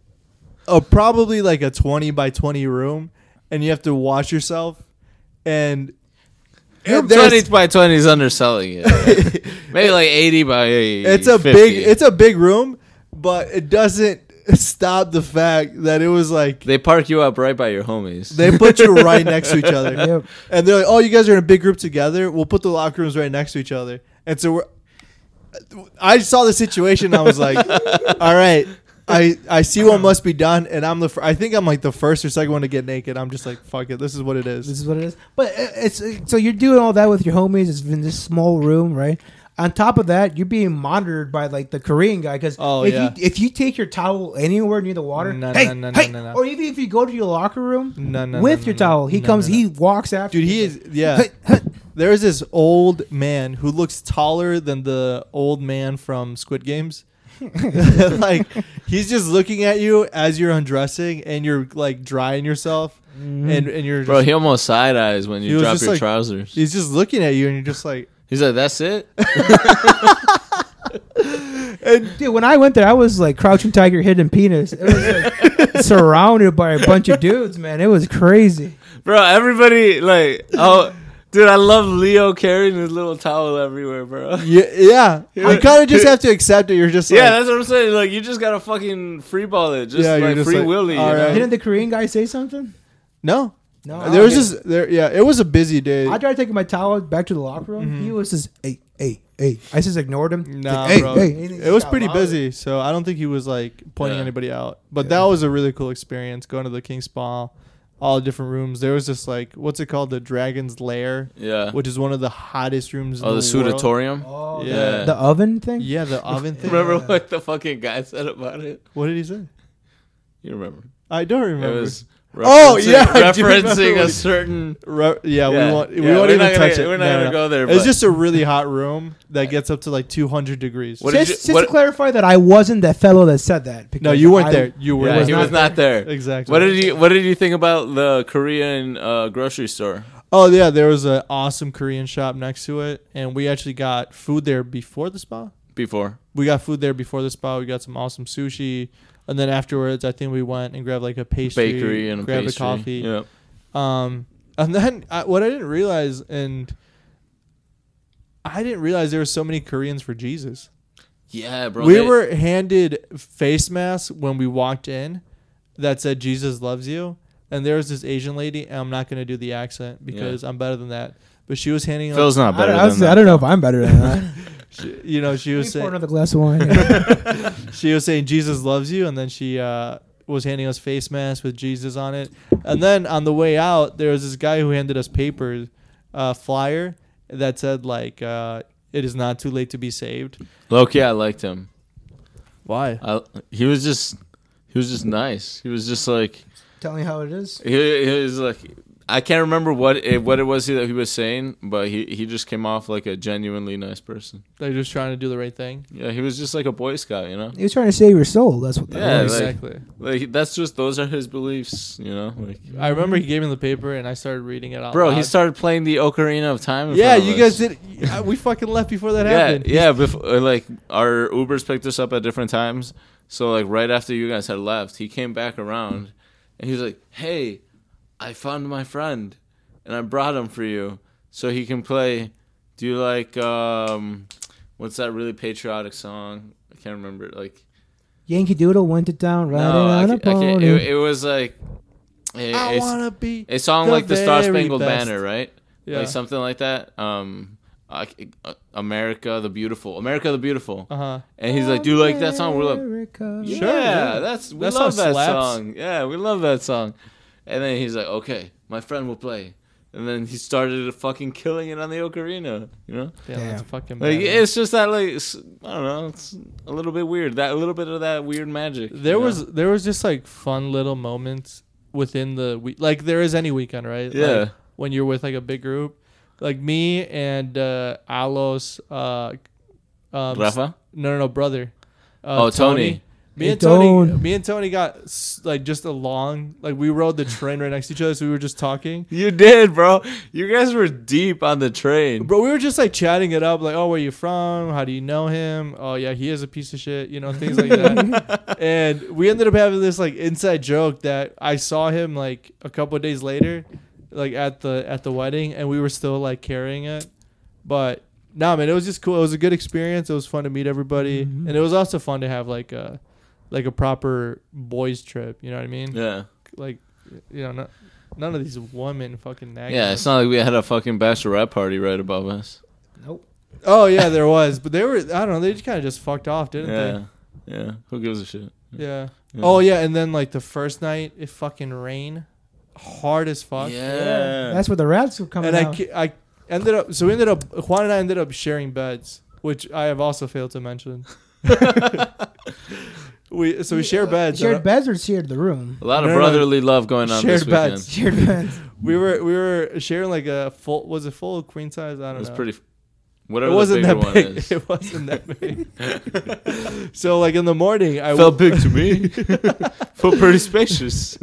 S4: a probably like a 20 by 20 room and you have to wash yourself and and there's-
S3: Twenty by twenty is underselling it. Maybe like eighty by eighty.
S4: it's a big it's a big room but it doesn't stop the fact that it was like
S3: they park you up right by your homies.
S4: they put you right next to each other
S2: Yep.
S4: and they're like oh you guys are in a big group together we'll put the locker rooms right next to each other and so we're i saw the situation and i was like all right I, I see what must be done, and I'm the fir- I think I'm like the first or second one to get naked. I'm just like fuck it, this is what it is.
S2: This is what it is. But it- it's uh, so you're doing all that with your homies. It's in this small room, right? On top of that, you're being monitored by like the Korean guy because
S4: Oh,
S2: if
S4: yeah.
S2: you if you take your towel anywhere near the water,
S4: No,
S2: hey,
S4: no, no, no,
S2: hey,
S4: no, no.
S2: or even if you go to your locker room
S4: No, no,
S2: with
S4: no,
S2: your
S4: no,
S2: towel, he
S4: no,
S2: comes,
S4: no, no.
S2: he walks after.
S4: Dude,
S2: you.
S4: he is uh, yeah.
S2: Hey, hey.
S4: there is this old man who looks taller than the old man from Squid Games. like he's just looking at you as you're undressing and you're like drying yourself
S3: Mm-hmm.
S4: and and you're just,
S3: Bro, he almost side eyes when
S4: He
S3: you
S4: was
S3: drop
S4: just
S3: your
S4: like-
S3: trousers.
S4: he's just looking at you and you're just like
S3: He's like, "That's it."
S2: Dude, when I went there, I was like crouching tiger, hidden penis. It was like surrounded by a bunch of dudes, man. It was crazy.
S3: bro. Everybody like, oh, dude, I love Leo carrying his little towel everywhere, bro.
S4: yeah, yeah.
S3: Yeah.
S4: you kind of just have to accept it. You're just like
S3: Yeah, that's what I'm saying. Like, you just gotta fucking free ball it, just
S4: Yeah, you're
S3: like
S4: just
S3: free
S4: like,
S3: willy. You
S4: all
S3: know?
S4: right.
S2: Didn't the Korean guy say something?
S3: Oh,
S4: no.
S2: No,
S4: Uh, there was
S2: okay.
S4: just there yeah, it was a busy day.
S2: I tried taking my towel back to the locker room.
S3: Mm-hmm.
S2: He was just, hey, hey, hey. I just ignored him.
S4: Nah,
S2: Like, hey,
S4: bro.
S2: hey. And he
S4: it was
S2: got
S4: pretty
S2: louder.
S4: busy, so I don't think he was like pointing
S3: Yeah.
S4: anybody out. But that was a really cool experience going to the King Spa, all the different rooms. There was this like what's it called, the Dragon's Lair,
S3: Yeah.
S4: which is one of the hottest rooms.
S3: Oh,
S4: in
S3: the
S4: the, world.
S3: sudatorium.
S2: Oh,
S4: Yeah.
S2: The, the oven thing?
S4: Yeah, the oven thing.
S3: Remember what the fucking guy said about it?
S4: What did he say?
S3: You remember?
S4: I don't remember.
S3: It was.
S4: Oh,
S3: referencing-
S4: yeah, I do remember
S3: referencing
S4: what
S3: a
S4: he-
S3: certain.
S4: Re-
S3: Yeah.
S4: yeah, we won't.
S3: Yeah,
S4: we won't
S3: we're
S4: even
S3: not gonna
S4: touch
S3: get-
S4: it.
S3: we're not gonna go there,
S4: It's
S3: but-
S4: just a really hot room that gets up to like 200 degrees.
S3: What did
S2: Just,
S3: you-
S2: just
S3: what-
S2: to clarify that I wasn't that fellow that said that. Because
S4: No, you weren't
S2: I-
S4: there. You were.
S3: Yeah,
S4: not
S3: he was not there.
S4: Exactly.
S3: What did you What did you think about the Korean uh, grocery store?
S4: Oh yeah, there was an awesome Korean shop next to it, and we actually got food there before the spa.
S3: Before
S4: We got food there before the spa. We got some awesome sushi, and then afterwards, I think we went and grabbed like a pastry,
S3: bakery and a
S4: grabbed
S3: pastry.
S4: a coffee.
S3: Yep.
S4: Um, and then I, what I didn't realize, and I didn't realize there were so many Koreans for Jesus.
S3: Yeah, bro.
S4: we
S3: they-
S4: were handed face masks when we walked in that said Jesus loves you, and there was this Asian lady, and I'm not gonna do the accent because I'm better than that. But she was handing out
S3: Phil's not
S2: I
S3: better
S2: don't, I,
S3: than
S2: was- I
S3: that.
S2: don't know if I'm better than that.
S4: She- you know, she
S2: Let
S4: was
S2: me pour
S4: saying
S2: another glass of wine.
S4: she was saying Jesus loves you, and then she uh, was handing us face masks with Jesus on it. And then on the way out, there was this guy who handed us papers, uh, flyer that said like, uh, "It is not too late to be saved."
S3: Loki, I liked him.
S4: Why?
S3: I, he was just he was just nice. He was just like
S2: Tell me how it is.
S3: he, he was like I can't remember what it, what it was that he was saying, but he, he just came off like a genuinely nice person.
S4: They're just trying to do the right thing.
S3: Yeah, he was just like a boy scout, you know.
S2: He was trying to save your soul. That's what that
S3: Yeah,
S2: was.
S3: like-
S4: exactly.
S3: Like that's just those are his beliefs, you know. Like,
S4: I remember he gave me the paper, and I started reading it out.
S3: bro, he
S4: loud.
S3: started playing the ocarina of time. in
S4: Uh, Yeah,
S3: front of
S4: you
S3: us.
S4: guys did. I- We fucking left before that
S3: Yeah,
S4: happened.
S3: yeah. Before, like our Ubers picked us up at different times. So like right after you guys had left, he came back around, and he was like, "Hey, I found my friend, and I brought him for you, so he can play. Do you like um, what's that really patriotic song? I can't remember. it, Like
S2: Yankee Doodle went to town riding
S3: no,
S2: on
S3: I
S2: a
S3: can't, I
S2: pony.
S3: can't- It, it was like it-
S4: I
S3: it's-
S4: wanna be
S3: a song like the Star
S4: very
S3: Spangled
S4: best.
S3: Banner, right?
S4: Yeah.
S3: Like something like that. Um, I c- uh, America the Beautiful, America the Beautiful.
S4: Uh huh.
S3: And he's like, "Do you like that song?" We're like,
S2: America.
S3: "Yeah,
S4: yeah.
S3: that's we
S4: That song
S3: love that
S4: slaps."
S3: song. Yeah, we love that song." And then he's like, okay, my friend will play. And then he started fucking killing it on the ocarina, you know?
S4: Yeah,
S2: Damn.
S4: that's fucking
S3: Like
S4: badass.
S3: it's just that like s I don't know, it's a little bit weird. That a little bit of that weird magic.
S4: There
S3: you know?
S4: was there was just like fun little moments within the week, like there is any weekend, right?
S3: Yeah.
S4: Like, when you're with like a big group, like me and uh, Alos, uh, um,
S3: Rafa.
S4: no, no, no, brother. Uh,
S3: Oh, Tony.
S4: Me
S2: Hey,
S4: and Tony,
S2: Tone.
S4: me and Tony got s- like just along. Like we rode the train right next to each other, so we were just talking.
S3: You did, bro. You guys were deep on the train.
S4: Bro, we were just like chatting it up, like, oh, where you from? How do you know him? Oh, yeah, he is a piece of shit, you know, things like that. and we ended up having this like inside joke that I saw him like a couple of days later, like at the at the wedding, and we were still like carrying it. But nah, man, it was just cool. It was a good experience. It was fun to meet everybody,
S2: Mhm.
S4: and it was also fun to have like a like a proper boys trip. You know what I mean?
S3: Yeah.
S4: Like, you know, not, none of these women fucking nagging
S3: Yeah,
S4: us.
S3: it's not like we had a fucking bachelorette party right above us.
S2: Nope.
S4: Oh yeah, there was, but they were I don't know. They just kind of just fucked off, didn't
S3: Yeah. Yeah. Who gives a shit?
S4: they? Yeah.
S3: Yeah.
S4: Oh yeah, and then like the first night, it fucking rained hard as fuck.
S3: Yeah.
S2: That's where the rats were coming
S4: And I,
S2: out.
S4: ki- I ended up so we ended up Juan and I ended up sharing beds, which I have also failed to mention. we so we share beds.
S2: Shared
S4: and
S2: beds or shared the room?
S3: A lot of
S4: No, no, no.
S3: brotherly love going on
S4: Shared
S3: this weekend.
S4: beds.
S2: Shared beds.
S4: We were we were sharing like a full was it full queen size?
S3: It
S4: I don't
S3: was
S4: know.
S3: pretty.
S4: It
S3: Whatever
S4: wasn't
S3: the
S4: that
S3: bigger one
S4: big.
S3: is.
S4: It wasn't that big. so like in the morning, I
S3: Felt big to me. Felt pretty spacious.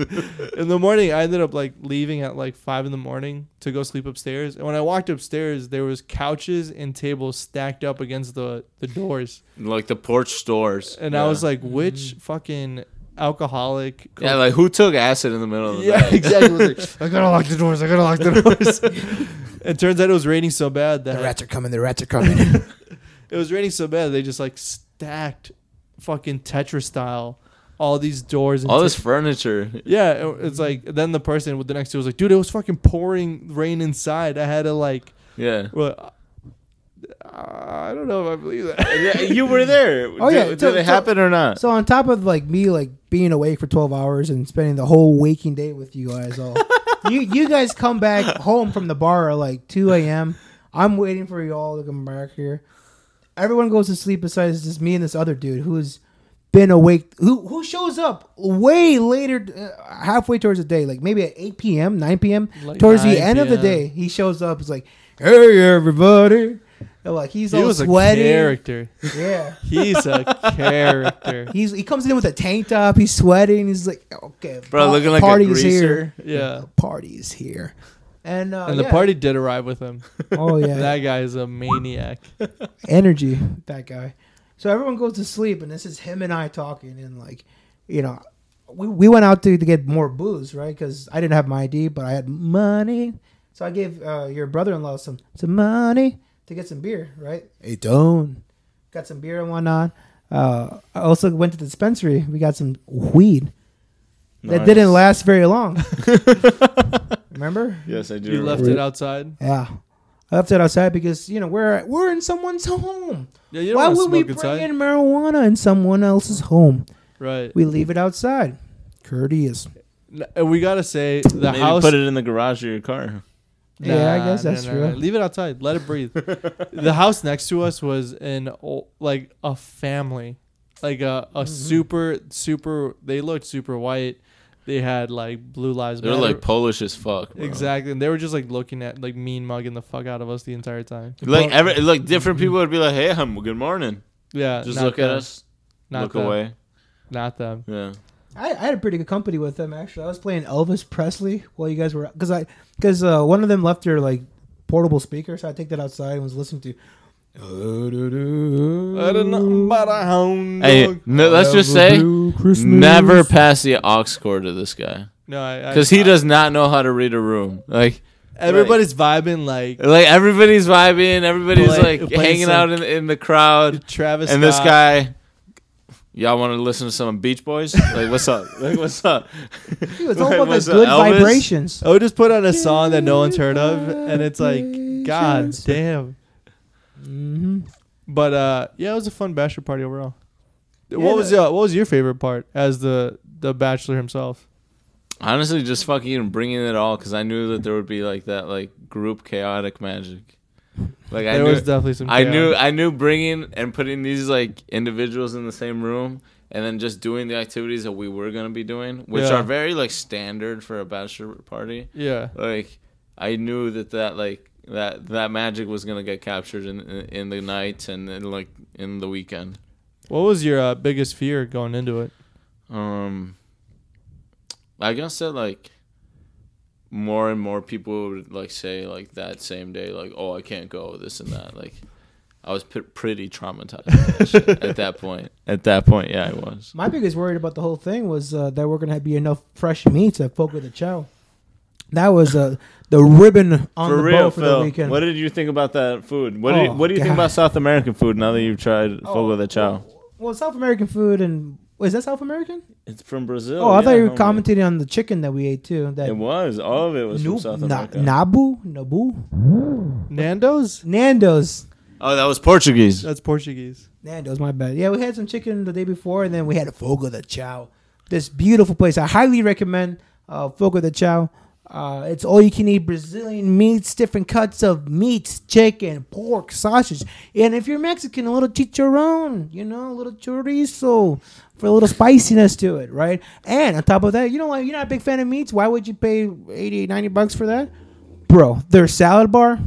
S4: in the morning i ended up like leaving at like five in the morning to go sleep upstairs and when i walked upstairs there was couches and tables stacked up against the the doors
S3: like the porch stores.
S4: and
S3: Yeah. Mm-hmm.
S4: i was like which fucking alcoholic
S3: yeah, like who took acid in the middle of the
S4: yeah
S3: night?
S4: exactly I was like,
S2: I gotta lock the doors. I gotta lock the doors.
S4: it turns out it was raining so bad
S2: the
S4: that
S2: rats are coming. The rats are coming.
S4: it was raining so bad they just like stacked fucking tetris style all these doors and
S3: All
S4: ta-
S3: this furniture.
S4: Yeah, it- it's like then the person with the next to was like, dude, it was fucking pouring rain inside. I had to like,
S3: Yeah.
S4: well, I I don't know if I believe that.
S3: Yeah, you were there.
S2: Oh, yeah,
S3: Did,
S2: so-
S3: did it
S2: so-
S3: happen or not?
S2: so on top of like me like being awake for twelve hours and spending the whole waking day with you guys all, you you guys come back home from the bar at like two a.m. I'm waiting for you all to come back here. Everyone goes to sleep besides just me and this other dude who's been awake who who shows up way later uh, halfway towards the day like maybe at 8 p.m 9 p.m
S4: Like
S2: towards
S4: 9
S2: the end of the
S4: p.m..
S2: day he shows up it's like hey everybody And, like he's
S4: he
S2: all
S4: was
S2: sweaty
S4: a character.
S2: yeah
S4: He's a character.
S2: He's he comes in with a tank top. He's sweating. He's like, okay,
S3: Bro,
S2: par-
S3: looking like a
S2: party's here.
S3: greaser.
S4: Yeah.
S2: The party's here, and uh,
S4: And the
S2: yeah.
S4: party did arrive with him.
S2: Oh
S4: That
S2: yeah,
S4: guy is a maniac.
S2: energy. That guy. So everyone goes to sleep, and this is him and I talking, and like, you know, we we went out to to get more booze, right? Because I didn't have my ID, but I had money, so I gave uh, your brother-in-law some some money to get some beer, right? Hey, don't. Got some beer and whatnot. Uh, I also went to the dispensary. We got some weed. That
S3: Nice.
S2: didn't last very long. Remember?
S3: Yes, I do.
S4: You left
S3: remember.
S4: it outside.
S2: Yeah. I left it outside because, you know, we're we're in someone's home.
S4: Yeah, you don't
S2: Why
S4: want to
S2: would
S4: smoke
S2: we bring
S4: inside.
S2: in marijuana in someone else's home?
S4: Right.
S2: We leave it outside. Courteous.
S4: N- And we got to say, the
S3: Maybe
S4: house.
S3: put it in the garage of your car.
S2: Yeah, I guess
S4: Nah,
S2: that's
S4: nah, nah,
S2: true.
S4: nah. Leave it outside. Let it breathe. the house next to us was an old, like a family, like a,
S2: Mm-hmm.
S4: a super super. They looked super white. They had like blue lives.
S3: They're
S4: Matter-
S3: like Polish as fuck. Bro.
S4: exactly, and they were just like looking at like mean mugging the fuck out of us the entire time.
S3: Like every like different people would be like, "Hey, hum, good morning."
S4: Yeah,
S3: Just
S4: Uh, not
S3: look at
S4: them.
S3: us,
S4: Not
S3: look
S4: them.
S3: away.
S4: Not them.
S3: Yeah.
S2: I, I had a pretty good company with them actually. I was playing Elvis Presley while you guys were because I because uh, one of them left their like portable speaker, so I take that outside and was listening to.
S4: I don't know about a hound
S3: Hey,
S4: dog.
S3: no, let's just say, never pass the aux cord to this guy
S4: No, I- I-
S3: because he
S4: I-
S3: does not know how to read a room. Like,
S4: Everybody's vibing like
S3: like everybody's vibing, everybody's
S4: Play-
S3: like
S4: play
S3: hanging out
S4: some-
S3: in, in the crowd,
S4: Travis.
S3: and this
S4: Scott.
S3: guy. Y'all want to listen to some Beach Boys? Like, what's up? Like, what's up?
S2: It was all about the
S3: What's up,
S2: good
S3: Elvis?
S2: vibrations.
S4: I would just put on a song that no one's heard of, and it's like, God
S2: Vibrations.
S4: damn.
S2: Mm-hmm.
S4: But uh, yeah, it was a fun bachelor party overall.
S2: Yeah,
S4: what was
S2: the-
S4: uh, what was your favorite part as the the bachelor himself?
S3: Honestly, just fucking bringing it all because I knew that there would be like that like group chaotic magic. Like I
S4: there
S3: knew,
S4: was definitely some.
S3: I knew,
S4: chaos.
S3: I knew bringing and putting these like individuals in the same room and then just doing the activities that we were gonna be doing, which
S4: Yeah.
S3: are very like standard for a bachelor party.
S4: Yeah.
S3: Like I knew that that like that that magic was gonna get captured in in, in the night and in, like in the weekend.
S4: What was your uh, biggest fear going into it?
S3: Um, I guess that like more and more people would like say like that same day like oh I can't go this and that like I was p- pretty traumatized by that shit at that point. At that point, yeah, I was.
S2: My biggest worry about the whole thing was uh, that we're gonna be enough fresh meat to poke with the chow. That was uh, the ribbon on
S3: for
S2: the
S3: real,
S2: boat for
S3: Phil.
S2: the weekend.
S3: What did you think about that food? What do you,
S2: Oh,
S3: What do you think
S2: God.
S3: about South American food now that you've tried
S2: Oh,
S3: fogo de chao?
S2: Well, South American food and is that South American?
S3: It's from Brazil.
S2: Oh, I thought
S3: yeah,
S2: you were
S3: homie.
S2: commenting on the chicken that we ate too. That
S3: It was all of it was
S2: Nu-
S3: from South
S2: Na-
S3: America.
S2: Nabu, Nabu,
S4: Nando's?
S2: Nando's,
S3: oh, that was Portuguese.
S4: That's Portuguese.
S2: Nando's. My bad. Yeah, we had some chicken the day before, and then we had a Fogo de Chao. This beautiful place. I highly recommend uh, Fogo de Chao. Uh, it's all you can eat Brazilian meats, different cuts of meats, chicken, pork, sausage, and if you're Mexican, a little chicharron, you know, a little chorizo for a little spiciness to it, right? And on top of that, you know, like you're not a big fan of meats. Why would you pay 80, 90 bucks for that, bro? Their salad bar,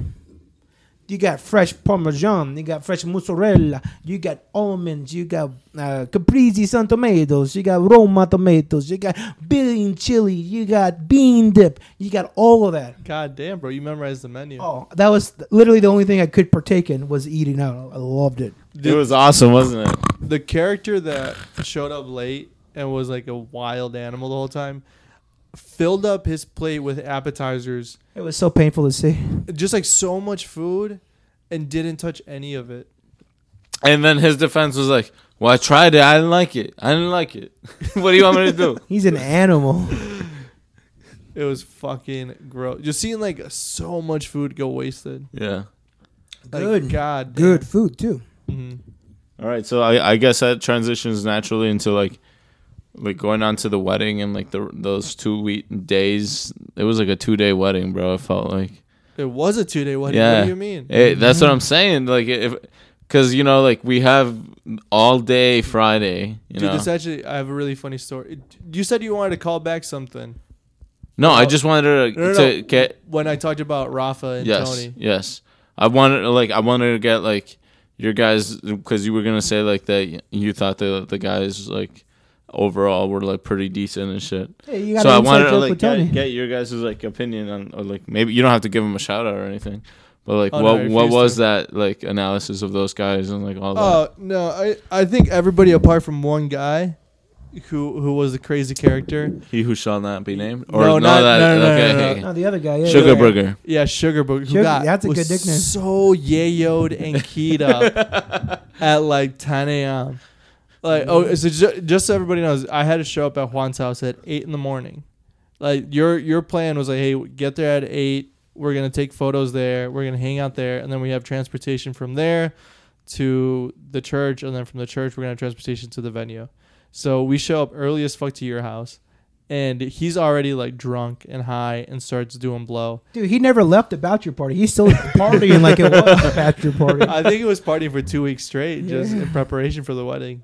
S2: you got fresh parmesan, you got fresh mozzarella, you got almonds, you got uh, caprese sun tomatoes, you got Roma tomatoes, you got bean chili, you got bean dip, you got all of that.
S4: God damn, bro, you memorized the menu.
S2: Oh, that was literally the only thing I could partake in was eating out. I loved it.
S3: It was awesome, wasn't it?
S4: the character that showed up late and was like a wild animal the whole time filled up his plate with appetizers,
S2: It was so painful to see.
S4: just like so much food, and didn't touch any of it.
S3: And then his defense was like, "Well, I tried it. I didn't like it. I didn't like it. what do you want me to do?"
S2: He's an animal.
S4: It was fucking gross. Just seeing like so much food go wasted.
S3: Yeah.
S4: Like,
S2: Good.
S4: God.
S2: Good food too.
S4: hmm
S3: All right. So I, I guess that transitions naturally into like, like going on to the wedding and like the those two week days. It was like a two day wedding, bro. It felt like.
S4: It was a two day wedding. What
S3: Yeah.
S4: do you mean?
S3: It, that's what I'm saying. Like if, because you know, like we have all day Friday. You
S4: Dude,
S3: know.
S4: this actually, I have a really funny story. You said you wanted to call back something
S3: no, I just wanted to,
S4: No, no,
S3: to
S4: no.
S3: get
S4: when I talked about Rafa and
S3: yes,
S4: Tony.
S3: Yes. I wanted like I wanted to get like your guys because you were gonna say like that you thought the the guys like overall were like pretty decent and shit.
S2: Hey, you got
S3: So
S2: an
S3: I
S2: inside
S3: wanted to
S2: joke
S3: like
S2: with Tony.
S3: get, get your guys' like opinion on or, like maybe you don't have to give them a shout out or anything, but like
S4: Oh, no, I
S3: what what
S4: refuse
S3: was
S4: to.
S3: that like analysis of those guys and like all that?
S4: Oh no, I I think everybody apart from one guy, who who was the crazy character.
S3: He who shall not be named or
S4: No,
S3: no,
S4: not-
S3: that
S4: no, no, no,
S3: okay.
S4: no, no,
S3: hey.
S2: No, the other guy. Yeah,
S3: Sugar
S2: yeah.
S3: Burger.
S4: Yeah, Sugar Book. Who
S2: Sugar-
S4: got
S2: that's a
S4: was
S2: good nickname.
S4: So yayoed and keyed up at like 10 a.m. Like oh, so ju- just so everybody knows, I had to show up at Juan's house at eight in the morning. Like your your plan was like, hey, get there at eight. We're gonna take photos there. We're gonna hang out there, and then we have transportation from there to the church, and then from the church we're gonna have transportation to the venue. So we show up early as fuck to your house, and he's already like drunk and high and starts doing blow.
S2: Dude, he never left the bachelor party. He's still partying like it was a bachelor party.
S4: I think it was partying for two weeks straight, just in preparation for the wedding.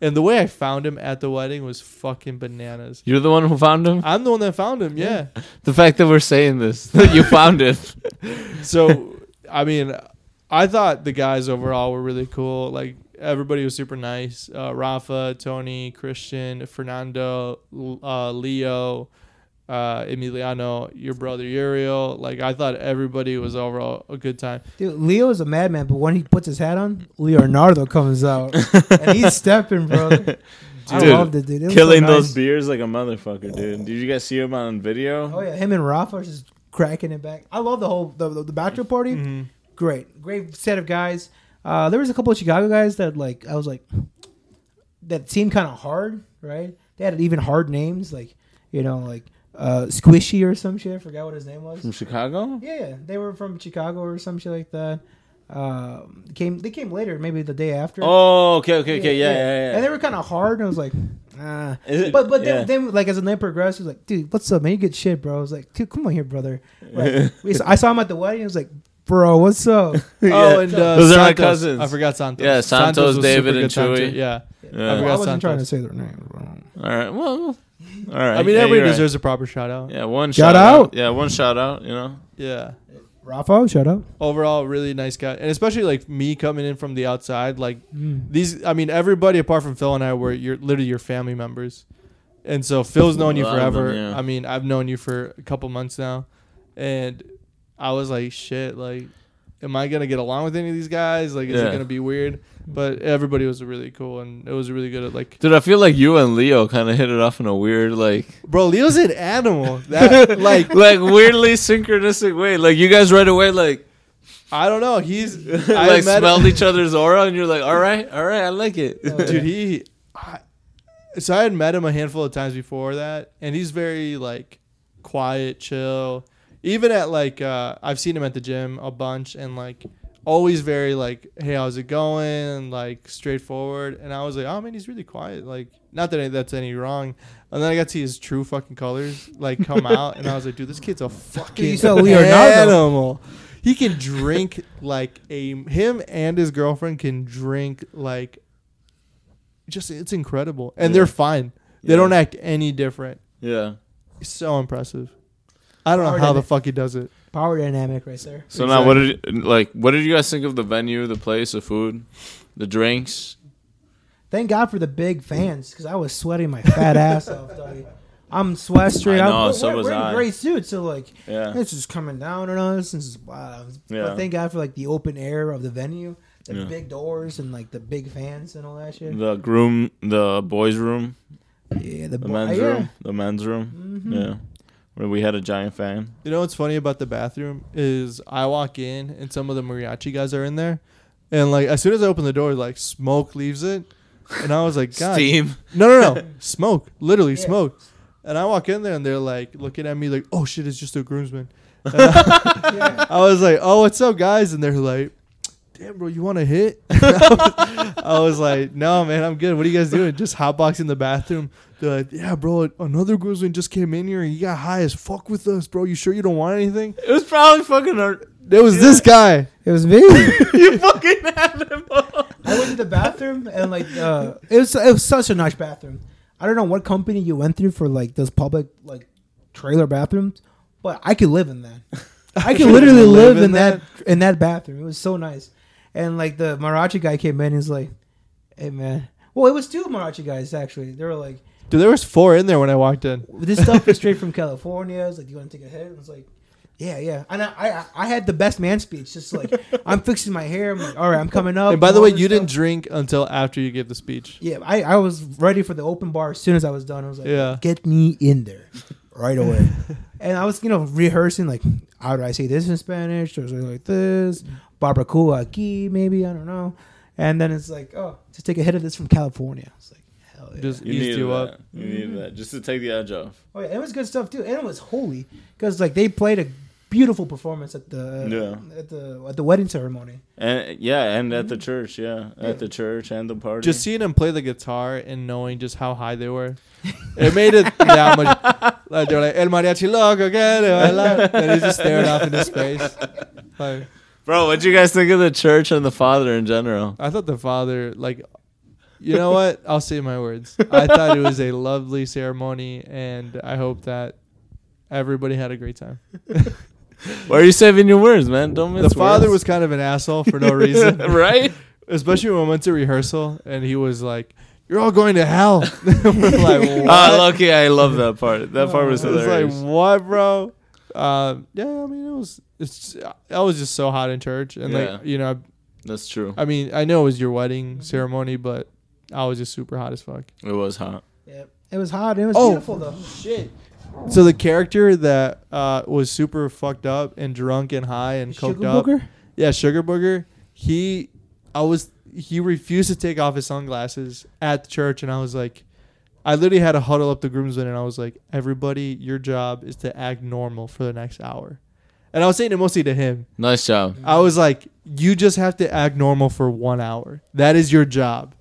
S4: And the way I found him at the wedding was fucking bananas.
S3: You're the one who found him.
S4: I'm the one that found him, yeah.
S3: The fact that we're saying this, that you found it.
S4: So, I mean, I thought the guys overall were really cool. Like everybody was super nice. Uh, Rafa, Tony, Christian, Fernando, L- uh, Leo, uh, Emiliano, your brother Uriel. Like I thought everybody was overall a good time.
S2: Dude, Leo is a madman, but when he puts his hat on, Leonardo comes out and he's stepping, bro. I
S3: Dude,
S2: loved it, dude. It was so
S3: Killing those
S2: nice.
S3: beers like a motherfucker, dude. Did you guys see him on video?
S2: Oh yeah, him and Rafa are just cracking it back. I love the whole the the, the bachelor party.
S3: Mm-hmm.
S2: Great, great set of guys. Uh, there was a couple of Chicago guys that like I was like that seemed kind of hard, right? They had even hard names, like you know, like uh, Squishy or some shit. I forgot what his name was.
S3: From Chicago?
S2: Yeah, yeah, they were from Chicago or some shit like that. Um, came they came later, maybe the day after.
S3: Oh, okay, okay, okay, yeah, yeah, yeah.
S2: And they were kind of hard, and I was like, nah.
S1: Is it-
S2: But but then,
S1: yeah.
S2: then like as the night progressed, he was like, dude, what's up, man? You good shit, bro. I was like, dude, come on here, brother. Like, we, I saw him at the wedding. I was like, bro, what's up?
S4: Oh, and uh,
S3: Those are my
S4: Santos.
S3: cousins.
S4: I forgot Santos.
S3: Yeah, Santos,
S4: was
S3: David,
S4: super good
S3: and
S4: time,
S3: Chewy.
S4: too. Yeah.
S3: Yeah.
S4: I
S2: Well, I
S4: forgot
S2: wasn't trying to
S4: Santos.
S2: say their name. Bro.
S3: All right. Well, all right.
S4: I mean,
S3: Yeah,
S4: everybody
S3: you're right.
S4: deserves a proper shout out.
S3: Yeah, one
S2: Shout
S3: shout out.
S2: out.
S3: Yeah, one shout out. You know.
S4: yeah.
S2: Rafa, shut up.
S4: overall really nice guy and especially like me coming in from the outside like
S3: Mm.
S4: these i mean everybody apart from phil and i were your literally your family members and so phil's known
S3: A
S4: you
S3: lot of them,
S4: forever
S3: yeah.
S4: i mean i've known you for a couple months now and i was like shit like am i gonna get along with any of these guys like is
S3: Yeah.
S4: it gonna be weird but everybody was really cool and it was really good at like
S3: Dude, I feel like you and Leo kind of hit it off in a weird, like,
S4: bro leo's an animal that like
S3: like weirdly synchronistic way. Like you guys right away, like,
S4: i don't know he's I
S3: like
S4: met- Oh,
S3: smelled each other's aura, and you're like, all right, all right, I like it.
S4: dude he I, so i had met him a handful of times before that and he's very like quiet chill even at like uh i've seen him at the gym a bunch and like always very like hey how's it going like straightforward and i was like oh man he's really quiet like not that that's any wrong and then i got to see his true fucking colors like come out and i was like dude this kid's a fucking
S2: You saw Leonardo.
S4: animal he can drink like a him and his girlfriend can drink like just it's incredible and they're fine they
S3: Yeah.
S4: don't act any different
S3: yeah.
S4: so impressive i don't
S2: Power
S4: know how the
S2: dynamic.
S4: fuck he does it
S2: Power dynamic right there.
S3: So now, what did you, like? What did you guys think of the venue, the place, the food, the drinks?
S2: Thank God for the big fans because I was sweating my fat ass off. doggy. I'm sweating.
S3: I know,
S2: I'm,
S3: so
S2: we're,
S3: was
S2: we're
S3: I.
S2: in great suits, so like
S3: Yeah.
S2: it's just coming down on us. And it's just, wow.
S3: Yeah.
S2: But thank God for like the open air of the venue, the
S3: Yeah.
S2: big doors, and like the big fans and all that shit.
S3: The groom, the boys' room,
S2: yeah, the,
S3: the
S2: bo-
S3: men's
S2: yeah.
S3: room, the men's room. Yeah, where we had a giant fan.
S4: you know what's funny about the bathroom is i walk in and some of the mariachi guys are in there and like as soon as i open the door like smoke leaves it and i was like god
S3: Steam.
S4: No, no, no. smoke. Literally
S2: Yeah.
S4: smoke. And I walk in there and they're like looking at me like, oh shit, it's just a groomsman. And I, I was like, oh, what's up, guys? And they're like, damn, bro, you want to hit? I was like, no, man, I'm good. What are you guys doing? Just hotbox in the bathroom. They're like, yeah, bro, another groomsman just came in here and he got high as fuck with us, bro. You sure you don't want anything?
S3: It was probably fucking. Hard.
S4: It was this guy.
S2: It was me.
S3: you fucking animal.
S2: I went to the bathroom and like uh, it was it was such a nice bathroom. I don't know what company you went through for like those public like trailer bathrooms, but I could live in that. I could literally live, in that, in that bathroom. It was so nice. And like the Marachi guy came in, he's like, "Hey man." Well, it was two Marachi guys actually. They were like,
S4: Dude, there was four in there when I walked in.
S2: "This stuff is straight from California." I was like, "Do you want to take a hit?" And I was like. Yeah, yeah, and I, I, I had the best man speech. Just like I'm fixing my hair. I'm like, all right, I'm coming up.
S4: And by the
S2: all
S4: way,
S2: this
S4: you
S2: stuff.
S4: didn't drink until after you gave the speech.
S2: Yeah, I, I was ready for the open bar as soon as I was done. I was like,
S4: Yeah.
S2: get me in there right away. and I was, you know, rehearsing, like, how do I say this in Spanish? Or something like this. Barbacoa aquí, maybe. I don't know. And then it's like, oh, just take a hit of this from California. It's like, hell yeah.
S4: Just
S3: You
S4: eased
S3: needed
S4: you
S3: that.
S4: up.
S3: You needed that just to take the edge off.
S2: oh, yeah, it was good stuff, too. And it was holy because, like, they played a beautiful performance at the,
S3: Yeah.
S2: at the, at the wedding ceremony.
S3: And yeah, and at the church, Mm-hmm. yeah, at the church and the party.
S4: just seeing him play the guitar and knowing just how high they were, it made it that much. Like they're like El Mariachi Loco, get it, I love it." And he's just staring off into space. Like,
S3: bro, what'd you guys think of the church and the father in general?
S4: I thought the father, like, you know what? I'll say my words. I thought it was a lovely ceremony, and I hope that everybody had a great time.
S3: Why are you saving your words, man? Don't miss
S4: The father was
S3: words.
S4: kind of an asshole for no reason.
S3: right.
S4: especially when we went to rehearsal and he was like, "You're all going to hell." We're like, what?
S3: Ah, lucky I love that part. That part was
S4: It was like,
S3: hilarious.
S4: "What, bro?" Um, yeah, I mean, it was. It's. I was just so hot in church, and
S3: Yeah.
S4: like you know,
S3: That's true.
S4: I, I mean, I know it was your wedding ceremony, but I was just super hot as fuck.
S3: It was hot.
S2: Yeah. It was hot. It was
S4: Oh.
S2: beautiful, though. Shit.
S4: So the character that uh, was super fucked up and drunk and high and
S2: Sugar
S4: coked up,
S2: Booger?
S4: yeah, Sugar Booger. He, I was, he refused to take off his sunglasses at the church, and I was like, I literally had to huddle up the groomsmen, and I was like, everybody, your job is to act normal for the next hour, and I was saying it mostly to him.
S3: Nice job.
S4: I was like, you just have to act normal for one hour. That is your job.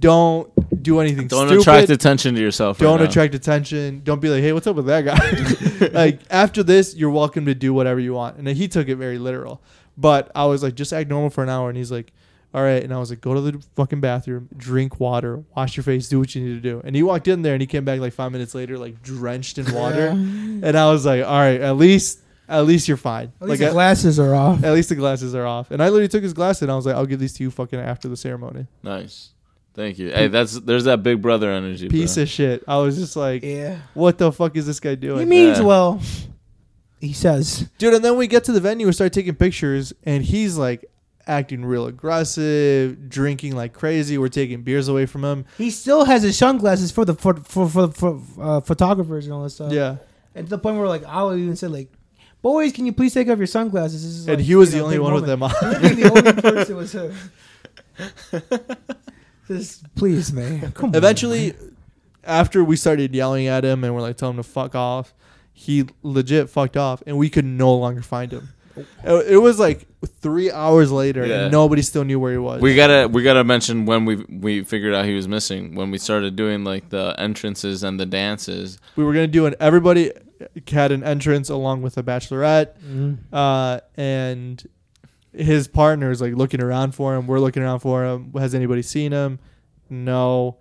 S4: Don't do anything
S3: Don't
S4: stupid.
S3: attract attention to yourself.
S4: don't
S3: right now.
S4: attract attention. Don't be like, hey, what's up with that guy? like after this, you're welcome to do whatever you want. And then he took it very literal. But I was like, just act normal for an hour. And he's like, all right. And I was like, go to the fucking bathroom, drink water, wash your face, do what you need to do. And he walked in there and he came back like five minutes later, like drenched in water. and I was like, all right, at least at least you're fine.
S2: At least
S4: like
S2: the glasses are off.
S4: at least the glasses are off. And I literally took his glasses and I was like, I'll give these to you fucking after the ceremony.
S3: Nice. Thank you. Hey, that's there's that big brother energy.
S4: Piece
S3: bro.
S4: of shit. I was just like,
S2: Yeah.
S4: what the fuck is this guy doing?
S2: He means
S3: Yeah.
S2: well. He says.
S4: dude and then we get to the venue and start taking pictures and he's like acting real aggressive drinking like crazy we're taking beers away from him
S2: He still has his sunglasses for the for for for, for uh, photographers and all this stuff.
S4: yeah
S2: And to the point where like I would even say like, boys, can you please take off your sunglasses? This is
S4: and
S2: like,
S4: he was
S2: you
S4: the
S2: know,
S4: only
S2: big
S4: one with
S2: moment.
S4: them on
S2: Literally the only person was her. Just please, man. Come on.
S4: eventually after we started yelling at him and we're like telling him to fuck off he legit fucked off and we could no longer find him it it was like three hours later
S3: Yeah.
S4: and nobody still knew where he was
S3: We gotta we gotta mention when we we figured out he was missing when we started doing like the entrances and the dances.
S4: we were gonna do an everybody had an entrance along with a bachelorette
S2: Mm.
S4: uh, and his partner is like looking around for him. We're looking around for him. Has anybody seen him? No.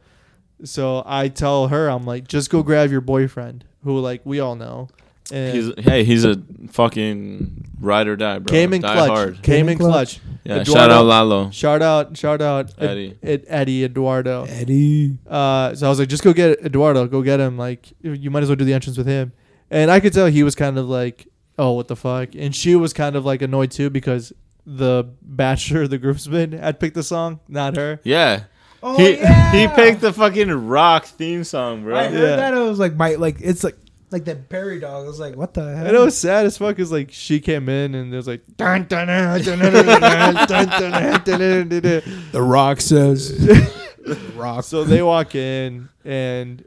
S4: So I tell her, I'm like, just go grab your boyfriend, who like we all know, and
S3: He's hey, he's a fucking ride or die, bro.
S4: came in
S3: die
S4: clutch.
S3: hard.
S4: Came in clutch.
S3: Yeah,
S4: Eduardo-
S3: shout out Lalo.
S4: Shout out, shout out, Ed-
S3: Eddie.
S4: Ed- Eddie Eduardo.
S2: Eddie.
S4: Uh, so I was like, just go get Eduardo, go get him. Like, you might as well do the entrance with him. And I could tell he was kind of like, oh, what the fuck. And she was kind of like annoyed too because the bachelor, the groomsman, had picked the song, not her.
S3: Yeah.
S2: Oh
S3: he
S2: yeah.
S3: he picked the fucking rock theme song, bro.
S2: I heard
S4: Yeah.
S2: that. I was like, my like it's like like that Perry dog. I was like, what the hell?
S4: And it was sad as fuck because like she came in and there's like dun, dun, dun, dun, dun, dun, dun, dun, dun, dun, dun, dun, dun.
S2: the Rock says. the Rock.
S4: so they walk in and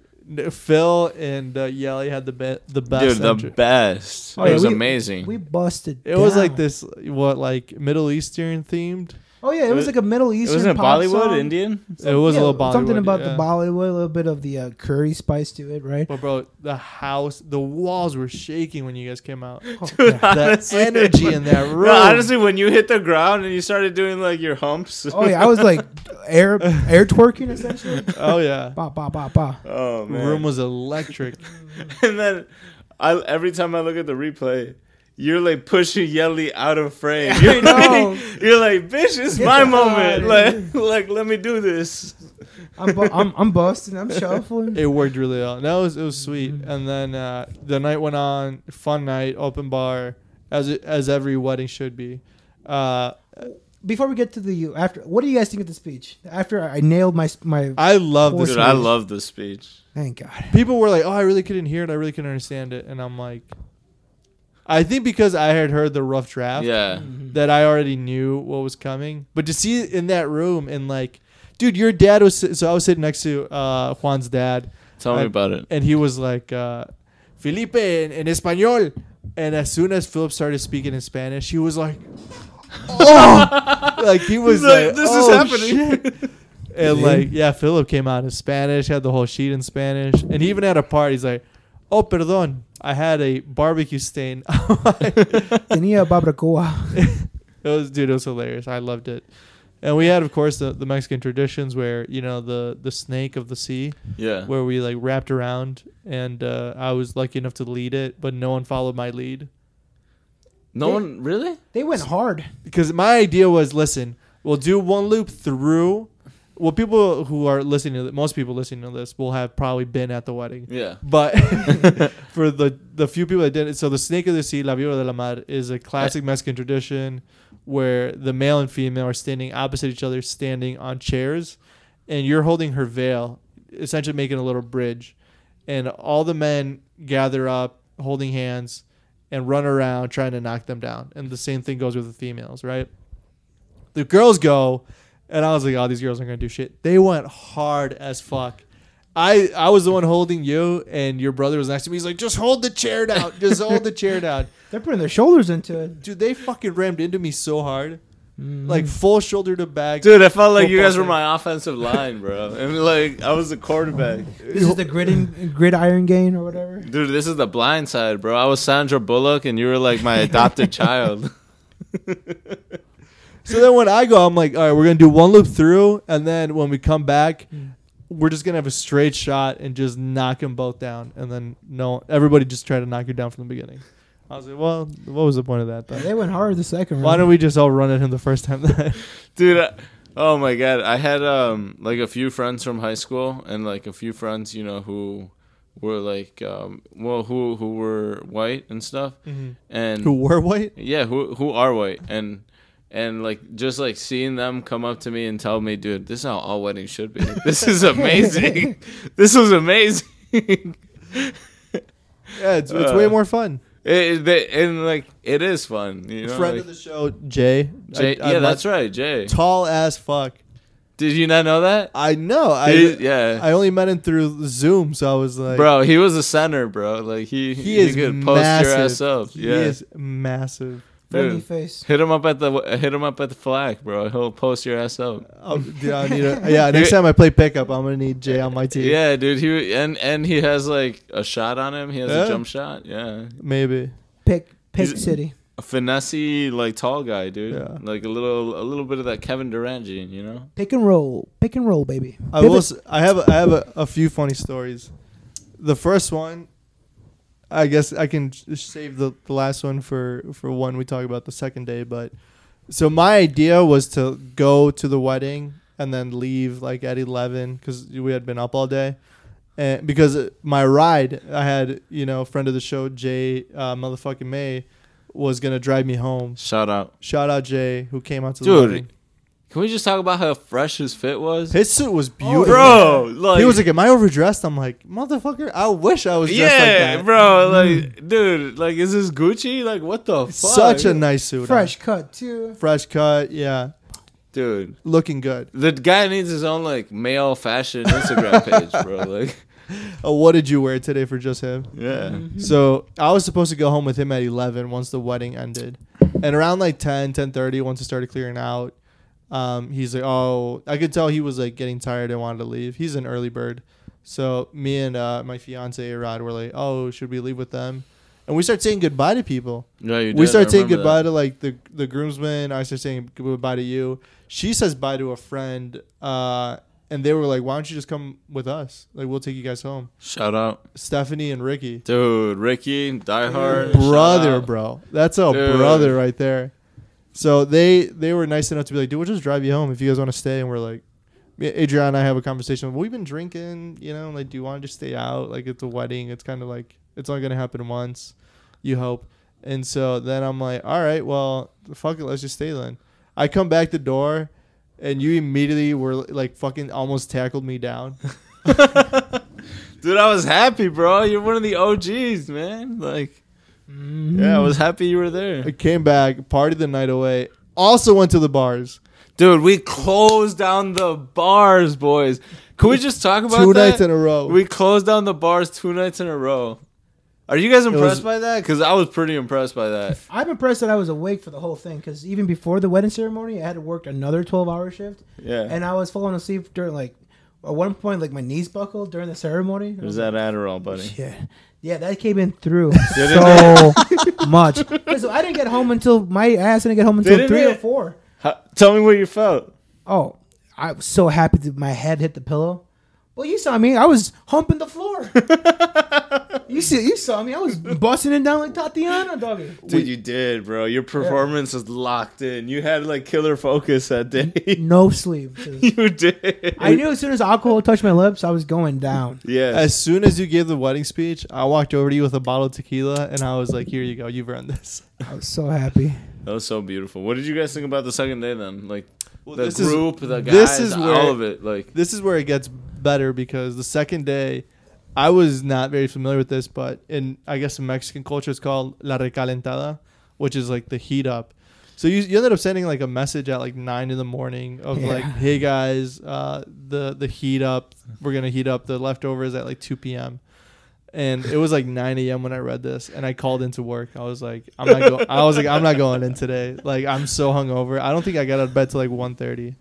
S4: Phil and uh, Yelly had the be- the best
S3: Dude, the
S4: entrance.
S3: best.
S2: Oh,
S3: it
S2: yeah,
S3: was
S2: we-
S3: amazing.
S2: we busted.
S4: it was like
S2: down.
S4: this what like Middle Eastern themed
S2: Oh yeah, it,
S3: It
S2: was
S3: was-
S2: like a Middle Eastern.
S3: Wasn't it
S2: pop
S3: Bollywood
S2: song.
S3: Indian?
S4: It was
S2: Yeah,
S4: a little Bollywood.
S2: Something about
S4: yeah.
S2: the Bollywood, a little bit of the uh, curry spice to it, right?
S4: But bro, the house, the walls were shaking when you guys came out.
S2: Oh,
S4: The
S2: yeah.
S4: energy in that room.
S3: No, honestly, when you hit the ground and you started doing like your humps.
S2: Oh, yeah, I was like air air twerking essentially.
S4: oh yeah,
S2: Ba ba ba ba.
S3: Oh,
S4: the
S3: man.
S4: room was electric.
S3: and then I every time I look at the replay, you're like pushing Yelly out of frame. You're,
S2: know.
S3: like, you're like, bitch, it's
S2: Get
S3: my
S2: the
S3: moment.
S2: fuck out
S3: Like, like, let me do this.
S2: I'm bu- I'm, I'm busting. I'm shuffling.
S4: It worked really well. No, it was, it was sweet.
S3: Mm-hmm.
S4: And then uh, the night went on, fun night, open bar, as it, as every wedding should be. Uh,
S2: Before we get to the after, what do you guys think of the speech? After I nailed my my.
S4: I love this.
S3: Dude, I love this speech.
S2: Thank God.
S4: People were like, "Oh, I really couldn't hear it. I really couldn't understand it." And I'm like, I think because I had heard the rough draft.
S3: Yeah.
S4: that I already knew what was coming. But to see it in that room and like, dude, your dad was si- so I was sitting next to uh, Juan's dad,
S3: Tell me
S4: I-
S3: about it.
S4: and he was like, uh, Felipe in, in español. And as soon as Philip started speaking in Spanish, he was like, oh, like he was
S3: He's like,
S4: like,
S3: "This is
S4: "Oh,
S3: happening."
S4: shit." And like, yeah, Philip came out in Spanish, had the whole sheet in Spanish, and he even had a part. He's like, "Oh, perdón, I had a barbecue stain." on my
S2: Tenia barbacoa.
S4: it was dude, it was hilarious. I loved it. And we had, of course, the, the Mexican traditions where you know the the snake of the sea,
S3: Yeah.
S4: where we like wrapped around, and uh, I was lucky enough to lead it, but no one followed my lead
S3: No one really.
S2: They went hard.
S4: because my idea was, listen, we'll do one loop through. Well, people who are listening to th- most people listening to this will have probably been at the wedding,
S3: Yeah.
S4: but for the the few people that didn't, so the snake of the sea, la víbora de la mar, is a classic Mexican tradition where the male and female are standing opposite each other, standing on chairs, and you're holding her veil, essentially making a little bridge, and all the men gather up, holding hands, and run around trying to knock them down. And the same thing goes with the females, right? The girls go, and I was like, oh, these girls aren't gonna do shit. They went hard as fuck. I I was the one holding you, and your brother was next to me. He's like, just hold the chair down, just hold the chair down,
S2: They're putting their shoulders into it.
S4: dude. They fucking rammed into me so hard. like full shoulder to back.
S3: Dude, I felt like you
S4: Football
S3: guys were
S4: team.
S3: my offensive line, bro. And like I was the quarterback.
S2: This is the grid and, gridiron game or whatever.
S3: Dude, this is the blind side, bro. I was Sandra Bullock and you were like my adopted child.
S4: So then when I go, I'm like, all right, we're gonna do one loop through, and then when we come back, we're just gonna have a straight shot and just knock them both down, and then no, everybody just try to knock you down from the beginning. I was like, well, what was the point of that? Then?
S2: They went hard the second
S4: Why
S2: round.
S4: don't we just all run at him the first time? Then?
S3: Dude, I, oh my god. I had um like a few friends from high school and like a few friends, you know, who were like um well who who were white and stuff.
S4: Mm-hmm.
S3: And
S4: Who were white?
S3: Yeah, who who are white and and like just like seeing them come up to me and tell me, dude, this is how all weddings should be. This is amazing. this was amazing. it,
S4: Yeah, it's, it's way
S3: Uh,
S4: more fun.
S3: it- they- and like it is fun, you know.
S4: Friend
S3: like,
S4: of the show, Jay.
S3: Jay,
S4: I- I
S3: yeah,
S4: met-
S3: that's right, Jay.
S4: Tall as fuck.
S3: Did you not know that?
S4: I know. I
S3: He- yeah.
S4: I only met him through Zoom, so I was like,
S3: bro, he was a center, bro. Like he
S4: he is
S3: could post
S4: massive.
S3: your ass up. Yeah.
S4: He is massive.
S2: Friendly
S3: Dude.
S2: face.
S3: Hit him up at the hit him up at the flag, bro. He'll post your ass up.
S4: Oh, dude, I need a, yeah, next time I play pickup, I'm gonna need Jay on my team.
S3: Yeah, dude. He and and he has like a shot on him. He has
S4: Yeah.
S3: a jump shot. Yeah,
S4: maybe.
S2: Pick pick
S3: Is-
S2: city.
S3: a finesse like tall guy, dude.
S4: Yeah.
S3: Like a little a little bit of that Kevin Durant gene, you know.
S2: Pick and roll. Pick and roll, baby.
S4: I will. s- I have. I have a, a few funny stories. The first one, I guess I can sh- save the, the last one for for when we talk about the second day. But so my idea was to go to the wedding and then leave like at eleven because we had been up all day. And because uh, my ride, I had you know friend of the show Jay uh, motherfucking May was gonna drive me home.
S3: Shout out,
S4: Shout out Jay who came out to the
S3: Dude.
S4: wedding.
S3: Can we just talk about how fresh his fit was,
S4: His suit was beautiful.
S3: Oh, bro? Like
S4: he was like, "Am I overdressed?" I'm like, "Motherfucker, I wish I was dressed
S3: yeah,
S4: like that." Mm.
S3: bro. Like, dude, like, is this Gucci? Like, what the fuck?
S4: Such a nice suit,
S2: Fresh cut too.
S4: fresh cut. Yeah,
S3: dude.
S4: looking good.
S3: The guy needs his own like male fashion Instagram page, bro. Like,
S4: Oh, what did you wear today for just him?
S3: yeah,
S4: So I was supposed to go home with him at 11 once the wedding ended, and around like 10, 10:30, once it started clearing out, um, he's like, "Oh, I could tell he was like getting tired and wanted to leave. He's an early bird." So me and uh, my fiance Rod were like, "Oh, should we leave with them?" And we start saying goodbye to people.
S3: no, you.
S4: we
S3: did. I
S4: start saying
S3: remember
S4: goodbye
S3: that.
S4: to like the the groomsmen. I start saying goodbye to you. She says bye to a friend, uh, and they were like, "Why don't you just come with us? Like, we'll take you guys home."
S3: Shout out,
S4: Stephanie and Ricky,
S3: dude. Ricky, Die Hard, shout
S4: brother,
S3: out.
S4: bro, that's a
S3: Dude.
S4: brother right there. So they they were nice enough to be like, "Dude, we'll just drive you home if you guys want to stay." And we're like, me- Adriana and I have a conversation. We've been drinking, you know, like, do you want to just stay out? Like, it's a wedding. It's kind of like it's only gonna happen once, you hope. And so then I'm like, all right, well, fuck it, let's just stay then. I come back the door, and you immediately were like, fucking, almost tackled me down.
S3: Dude, I was happy, bro. You're one of the OGs, man. Like,
S4: Mm-hmm.
S3: yeah, I was happy you were
S4: I
S3: there.
S4: came back, partied the night away. Also went to the bars.
S3: Dude, we closed down the bars, boys. Can we just talk about
S4: Two
S3: that?
S4: nights in a row.
S3: We closed down the bars two nights in a row. Are you guys impressed
S4: was-
S3: by that? Because I was pretty impressed by that.
S2: I'm impressed that I was awake for the whole thing because even before the wedding ceremony, I had worked another 12 hour shift.
S3: Yeah.
S2: And I was falling asleep during like, at one point, like my knees buckled during the ceremony.
S3: There's that Adderall, buddy.
S2: Yeah. Yeah, that came in through
S3: Did
S2: so much. 'Cause I didn't get home until my ass didn't get home until
S3: Didn't
S2: three or
S3: it?
S2: four.
S3: How- tell me what you felt.
S2: Oh, I was so happy that my head hit the pillow. Well, you saw me. I was humping the floor. you see, you saw me. I was busting it down like Tatiana, doggy.
S3: Dude, you did, bro. Your performance is locked in. You had like killer focus that day.
S2: No sleep. too.
S3: you did.
S2: I knew as soon as alcohol touched my lips, I was going down.
S3: Yeah.
S4: As soon as you gave the wedding speech, I walked over to you with a bottle of tequila and I was like, "Here you go, you've earned this."
S2: I was so happy.
S3: That was so beautiful. What did you guys think about the second day then? Like the
S4: this is-
S3: group, the guys,
S4: this is where-
S3: all of it. Like
S4: This is where it gets better because the second day, I was not very familiar with this, but in I guess in Mexican culture, it's called la recalentada, which is like the heat up. So you, you ended up sending like a message at like nine in the morning of
S2: Yeah.
S4: like, "Hey guys, uh, the the heat up, we're gonna heat up the leftovers at like two p.m." and it was like 9 a.m. when I read this, and I called into work. I was like, I'm not going. I was like, I'm not going in today. Like, I'm so hungover. I don't think I got out of bed till like 1:30.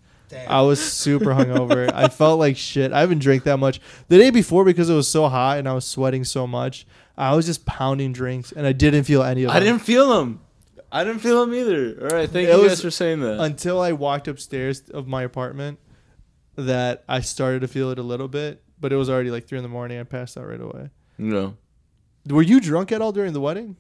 S4: I was super hungover. I felt like shit. I haven't drank that much the day before because it was so hot and I was sweating so much. I was just pounding drinks, and I didn't feel any of.
S3: I
S4: them.
S3: didn't feel them. I didn't feel them either. All right, thank
S4: It
S3: you
S4: was
S3: guys for saying that.
S4: until I walked upstairs of my apartment that I started to feel it a little bit, but it was already like three in the morning. I passed out right away.
S3: no,
S4: Were you drunk at all during the wedding?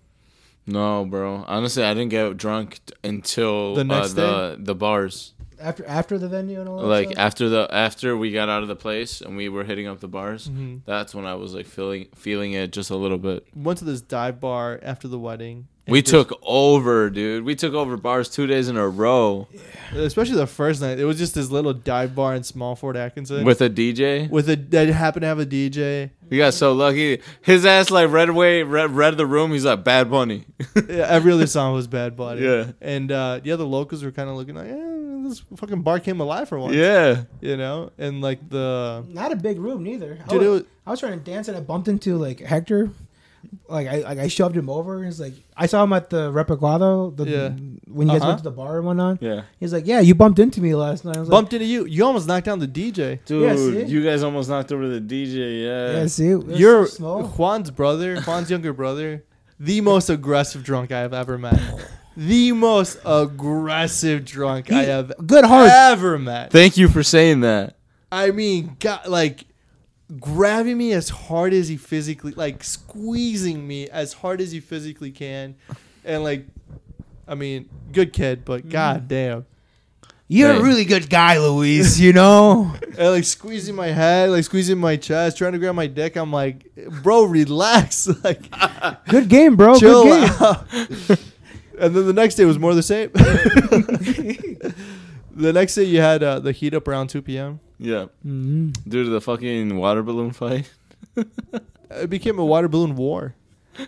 S3: no, bro. Honestly, I didn't get drunk t- until
S4: The next Oh,
S3: uh, the the bars.
S2: after after the venue and all that
S3: Like
S2: stuff?
S3: after the after we got out of the place and we were hitting up the bars,
S4: Mm-hmm.
S3: that's when I was like feeling feeling it just a little bit.
S4: Went to this dive bar after the wedding. and
S3: We
S4: just-
S3: took over, dude. We took over bars two days in a row
S4: especially the first night. It was just this little dive bar in small Fort Atkinson
S3: with a DJ.
S4: with a that happened to have a DJ.
S3: We got so lucky. His ass like read away, read, read the room. He's like Bad Bunny.
S4: Yeah, Every other song was Bad Buddy.
S3: Yeah.
S4: and uh, the other locals were kind of looking like, eh, this fucking bar came alive for once.
S3: yeah,
S4: you know, and like the
S2: not a big room neither. I,
S4: Dude,
S2: was,
S4: it was-
S2: I was trying to dance and I bumped into like Hector. Like I like I shoved him over. He's like I saw him at the Reperguado the,
S4: Yeah.
S2: when you guys
S4: Uh-huh.
S2: went to the bar and whatnot.
S3: yeah.
S2: He's like, yeah, you bumped into me last night. I was
S4: bumped into you. You almost knocked down the DJ.
S3: Dude,
S2: Yeah, see?
S3: you guys almost knocked over the DJ.
S2: like,
S3: Yeah.
S2: yeah, see, it was
S4: You're
S2: small.
S4: Juan's brother, Juan's younger brother, the most aggressive drunk I have ever met. The most aggressive drunk I
S2: He-
S4: have
S2: good heart.
S4: ever met.
S3: Thank you for saying that.
S4: I mean, got like grabbing me as hard as he physically, like squeezing me as hard as he physically can, and like, I mean, good kid, but god damn,
S2: You're
S3: Hey.
S2: a really good guy, Luis. You know.
S4: and like squeezing my head, like squeezing my chest, trying to grab my dick. I'm like, bro, relax, like
S2: good game, bro.
S4: chill
S2: good game.
S4: out. and then the next day was more the same. the next day you had uh, the heat up around 2 p.m.
S3: Yeah.
S2: Mhm.
S3: Due to the fucking water balloon fight.
S4: It became a water balloon war.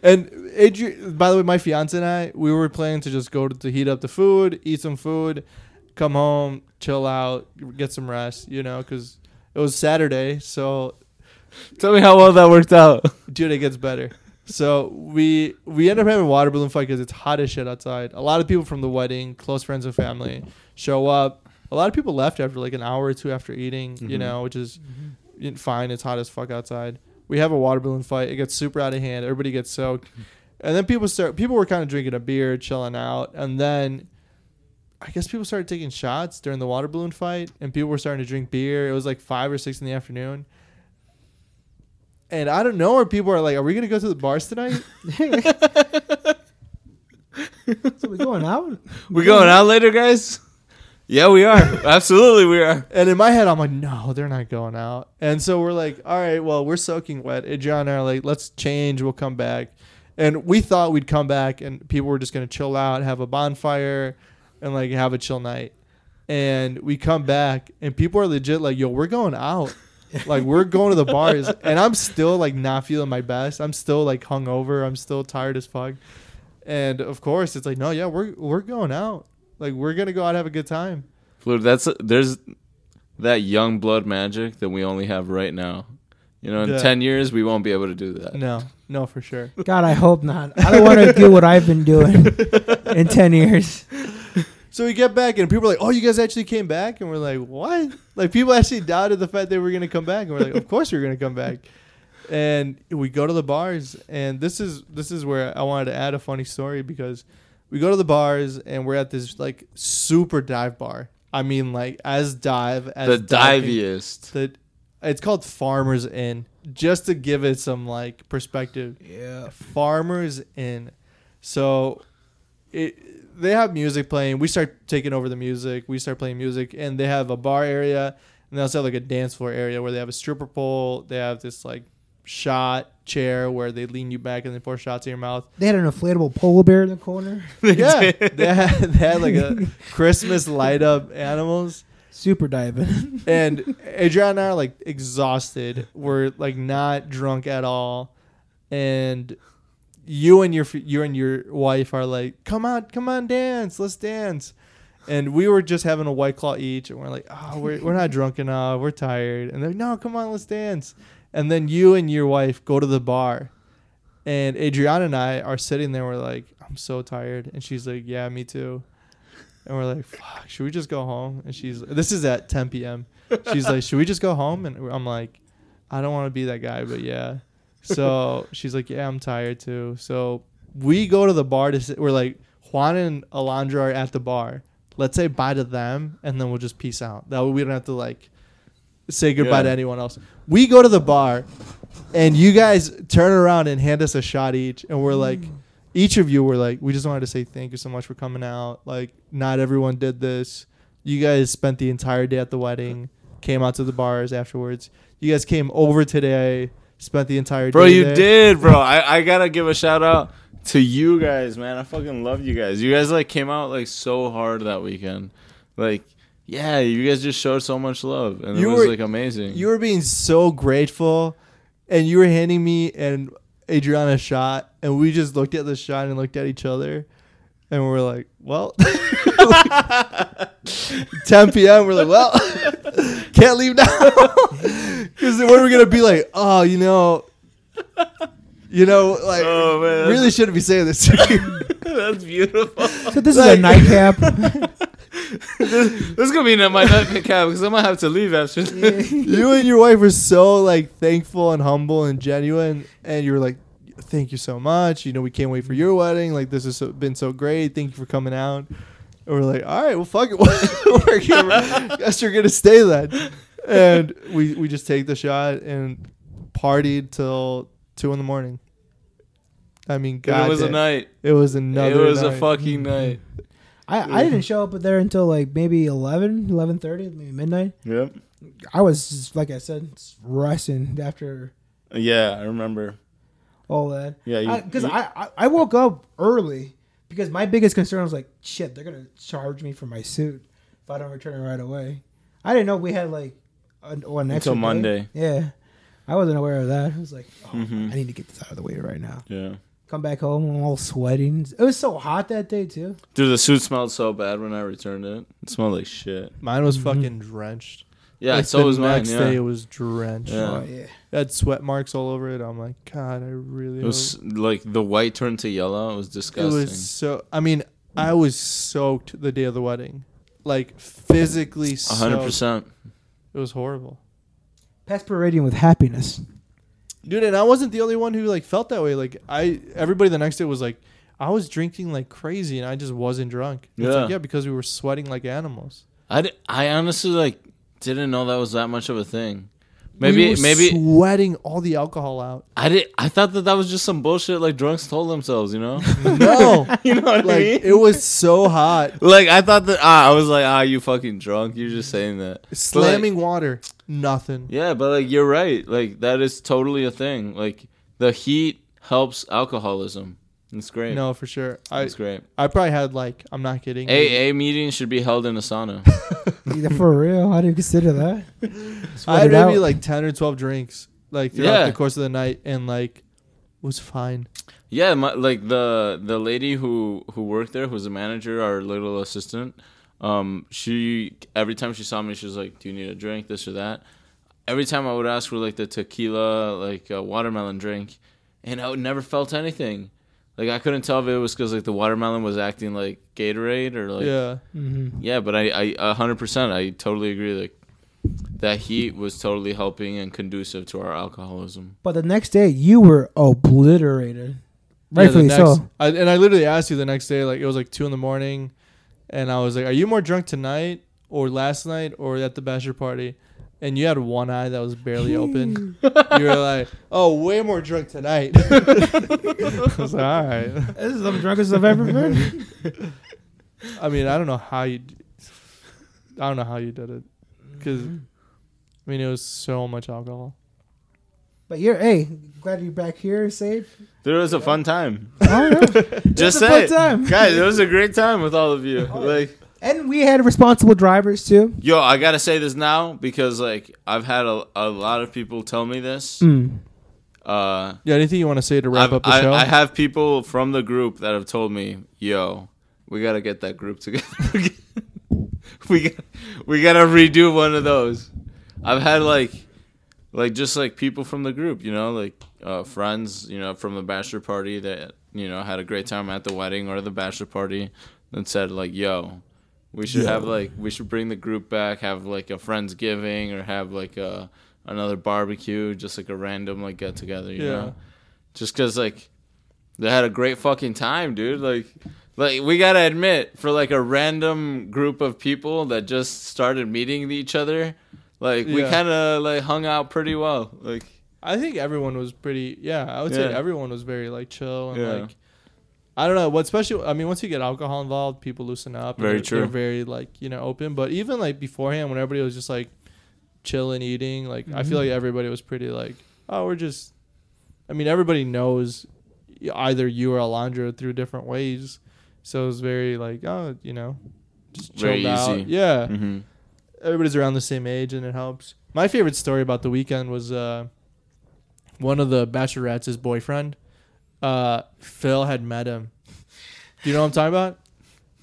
S4: And Adrian, by the way, my fiance and I, we were planning to just go to, to heat up the food, eat some food, come home, chill out, get some rest, you know, because it was Saturday. So
S3: Tell me how well that worked out.
S4: dude, it gets better. So we we end up having a water balloon fight because it's hot as shit outside. A lot of people from the wedding, close friends and family, show up. A lot of people left after like an hour or two after eating, you know, which is y- fine. It's hot as fuck outside. We have a water balloon fight. It gets super out of hand. Everybody gets soaked, and then people start. People were kind of drinking a beer, chilling out, and then I guess people started taking shots during the water balloon fight, and people were starting to drink beer. It was like five or six in the afternoon. And I don't know where people are like, are we gonna go to the bars tonight?
S2: Mm-hmm. So we going out?
S3: We going out later, guys? Yeah, we are. Absolutely, we are.
S4: And in my head, I'm like, no, they're not going out. And so we're like, all right, well, we're soaking wet. And John and I are like, let's change. We'll come back. And we thought we'd come back and people were just going to chill out, have a bonfire, and like have a chill night. And we come back and people are legit like, yo, we're going out. like we're going to the bars. And I'm still like not feeling my best. I'm still like hungover. I'm still tired as fuck. And of course, it's like, no, yeah, we're, we're going out. Like we're going to go out and have a good time.
S3: Dude, that's there's that young blood magic that we only have right now. You know, in
S4: Yeah.
S3: ten years we won't be able to do that.
S4: No, no, for sure.
S2: God, I hope not. I don't want to do what I've been doing in ten years.
S4: So we get back and people are like, "Oh, you guys actually came back?" And we're like, "What?" Like people actually doubted the fact they were going to come back, and we're like, "Of course you're going to come back." And we go to the bars, and this is this is where I wanted to add a funny story because we go to the bars and we're at this like super dive bar. I mean, like as dive as
S3: The
S4: dive can-
S3: diviest.
S4: The, it's called Farmers Inn. Just to give it some like perspective,
S2: Yeah.
S4: farmers in so it they have music playing we start taking over the music we start playing music and they have a bar area and they also have like a dance floor area where they have a stripper pole they have this like shot chair where they lean you back and they pour shots in your mouth
S2: They had an inflatable polar bear in the corner.
S4: yeah they had, they had like a christmas light up animals
S2: Super diving.
S4: and Adriana and I are like exhausted. We're like not drunk at all, and you and your you and your wife are like, "Come on, come on, dance, let's dance." And we were just having a "Ah, white claw each, and we're like, "Oh, we're, we're not drunk enough. We're tired." And they're, "No, come on, let's dance." and then you and your wife go to the bar, and Adriana and I are sitting there. We're like, I'm so tired, and she's like, Yeah, me too. And we're like, Fuck, should we just go home? And she's, this is at 10 p.m. She's like, Should we just go home? And I'm like, I don't want to be that guy, but yeah. So she's like, Yeah, I'm tired too. So we go to the bar to sit. We're like, Juan and Alondra are at the bar. Let's say bye to them, and then we'll just peace out. That way we don't have to like say goodbye
S3: Yeah.
S4: to anyone else. We go to the bar, and you guys turn around and hand us a shot each, and we're like, each of you were like, we just wanted to say thank you so much for coming out. Like, not everyone did this. You guys spent the entire day at the wedding, came out to the bars afterwards. You guys came over today, spent the entire
S3: Bro,
S4: day.
S3: you
S4: there.
S3: did, bro. I, I gotta give a shout out to you guys, man. I fucking love you guys. You guys like came out like so hard that weekend. Like, yeah, you guys just showed so much love, and
S4: You
S3: it was
S4: were-
S3: like amazing.
S4: You were being so grateful, and you were handing me and Adriana a shot, and we just looked at the shot and looked at each other, and we were like, "Well, 10 p.m. We're like, well, can't leave now, because then what are we gonna be like? Oh, you know, you know, like
S3: Oh, man, that's-
S4: really shouldn't be saying this to you.
S3: That's beautiful.
S2: So this is
S4: Like-
S2: a nightcap.
S3: this, this is gonna be in my nightcap because I'm gonna have to leave after. this.
S4: you and your wife were so like thankful and humble and genuine, and you were like, "Thank you so much. You know, we can't wait for your wedding. Like, this has so, been so great. Thank you for coming out." And we're like, "All right, well, fuck it. we're gonna, guess you're gonna stay then." And we we just take the shot and partied till two in the morning. I mean, God,
S3: it was a
S4: damn.
S3: night.
S4: It was another.
S3: it was a
S4: night. Mm-hmm.
S3: fucking night.
S2: I, I didn't show up there until like maybe 11, 11.30, maybe midnight.
S3: Yep.
S2: I was, just, like I said, rushing after
S3: Yeah, I remember.
S2: all that.
S3: Yeah, you-
S2: Because
S3: you-
S2: I, I, I woke up early because my biggest concern was like, shit, they're going to charge me for my suit if I don't return it right away. I didn't know we had like an, oh, an extra
S3: Until
S2: day.
S3: Monday. Mm-hmm.
S2: Yeah. I wasn't aware of that. I was like, oh, I need to get this out of the way right now.
S3: Yeah.
S2: Come back home, I'm all sweating. It was so hot that day too.
S3: Dude, the suit smelled so bad when I returned it. It smelled like shit.
S4: Mine was fucking drenched.
S3: Mm-hmm. Yeah,
S4: Like,
S3: so
S4: the
S3: was mine.
S4: next
S3: yeah.
S4: day it was drenched.
S3: Yeah.
S2: Oh, yeah.
S4: It had sweat marks all over it. I'm like, God, I really.
S3: It was like the white turned to yellow. It was
S4: hope-" It
S3: disgusting.
S4: was so. I mean, I was soaked the day of the wedding, like physically
S3: A hundred
S4: soaked.
S3: percent.
S4: It was horrible,
S2: Perspiring with happiness.
S4: dude. And I wasn't the only one who like felt that way. Like I, everybody the next day was like, I was drinking like crazy, and I just wasn't drunk. It's
S3: Yeah.
S4: like, yeah, because we were sweating like animals.
S3: I, d- I honestly like didn't know that was that much of a thing.
S4: we
S3: Maybe
S4: were
S3: maybe
S4: sweating all the alcohol out.
S3: I did. I thought that that was just some bullshit. Like drunks told themselves, you know.
S4: No,
S3: you know what
S4: like it was so hot,
S3: Like I thought that ah, I was like ah, you fucking drunk. You're just saying that. But, like,
S4: slamming water, nothing.
S3: yeah, but like you're right. Like that is totally a thing. Like the heat helps alcoholism. It's great.
S4: No, for sure. I
S3: it's great.
S4: I probably had like I'm not kidding. you,
S3: AA meetings should be held in a sauna.
S2: Yeah, for real. How do you consider that?
S4: I
S2: Sweat
S4: had
S2: it
S4: maybe
S2: out.
S4: like ten or twelve drinks, like throughout
S3: Yeah.
S4: the course of the night, and like was fine.
S3: Yeah, my, like the the lady who who worked there, who's a manager, our little assistant. Um, she every time she saw me, she was like, "Do you need a drink? This or that." Every time I would ask for like the tequila, like a watermelon drink, and I would never felt anything. Like I couldn't tell if it was because like the watermelon was acting like Gatorade or like yeah,
S4: yeah,
S2: Mm-hmm.
S3: but I I hundred percent I totally agree like that heat was totally helping and conducive to our alcoholism.
S2: But the next day, you were obliterated. Rightfully
S4: yeah, the next-
S2: so.
S4: I, and I literally asked you the next day, like it was like two in the morning, and I was like, "Are you more drunk tonight or last night or at the bachelor party?" And you had one eye that was barely open. you were like, "Oh, way more drunk tonight." I was like, "All right."
S2: This is the drunkest I've ever been.
S4: I mean, I don't know how you. d- I don't know how you did it, because I mean, it was so much alcohol.
S2: but you're, hey, glad you're back here safe.
S3: There was a fun time.
S2: I don't know.
S3: Just
S2: It was a
S3: say
S2: fun time. Oh,
S3: it. guys. It was a great time with all of you. Like,
S2: and we had responsible drivers too.
S3: yo, I gotta say this now because like I've had a, a lot of people tell me this.
S2: Mm.
S3: Uh,
S4: Yeah, anything you want to say to wrap
S3: I've-
S4: up the
S3: I,
S4: show?
S3: I have people from the group that have told me, yo, we gotta get that group together. again. we got, we gotta redo one of those. I've had like like just like people from the group, you know, like uh, friends, you know, from the bachelor party that you know had a great time at the wedding or the bachelor party, and said like, "Yo, we should have like we should bring the group back, have like a friendsgiving or have like a another barbecue, just like a random like get together, you
S4: Yeah.
S3: know, just because like they had a great fucking time, dude, like." Like we gotta admit, for like a random group of people that just started meeting each other, like we
S4: Yeah.
S3: kind of like hung out pretty well. Like
S4: I think everyone was pretty. Yeah, I would say
S3: Yeah.
S4: everyone was very like chill and
S3: Yeah.
S4: like. I don't know what especially. I mean, once you get alcohol involved, people loosen up. and
S3: Very
S4: they're- They're
S3: true.
S4: very like you know open, but even like beforehand, when everybody was just like chilling, eating, like I feel like everybody was pretty like, oh, we're just. I mean, everybody knows either you or Alondra through different ways, so it was very like oh, you know, just chilled
S3: Very
S4: out.
S3: easy.
S4: Yeah,
S3: mm-hmm.
S4: everybody's around the same age and it helps. My favorite story about the weekend was uh, one of the bachelorette's boyfriend. Uh, Phil had met him. Do you know what I'm talking about?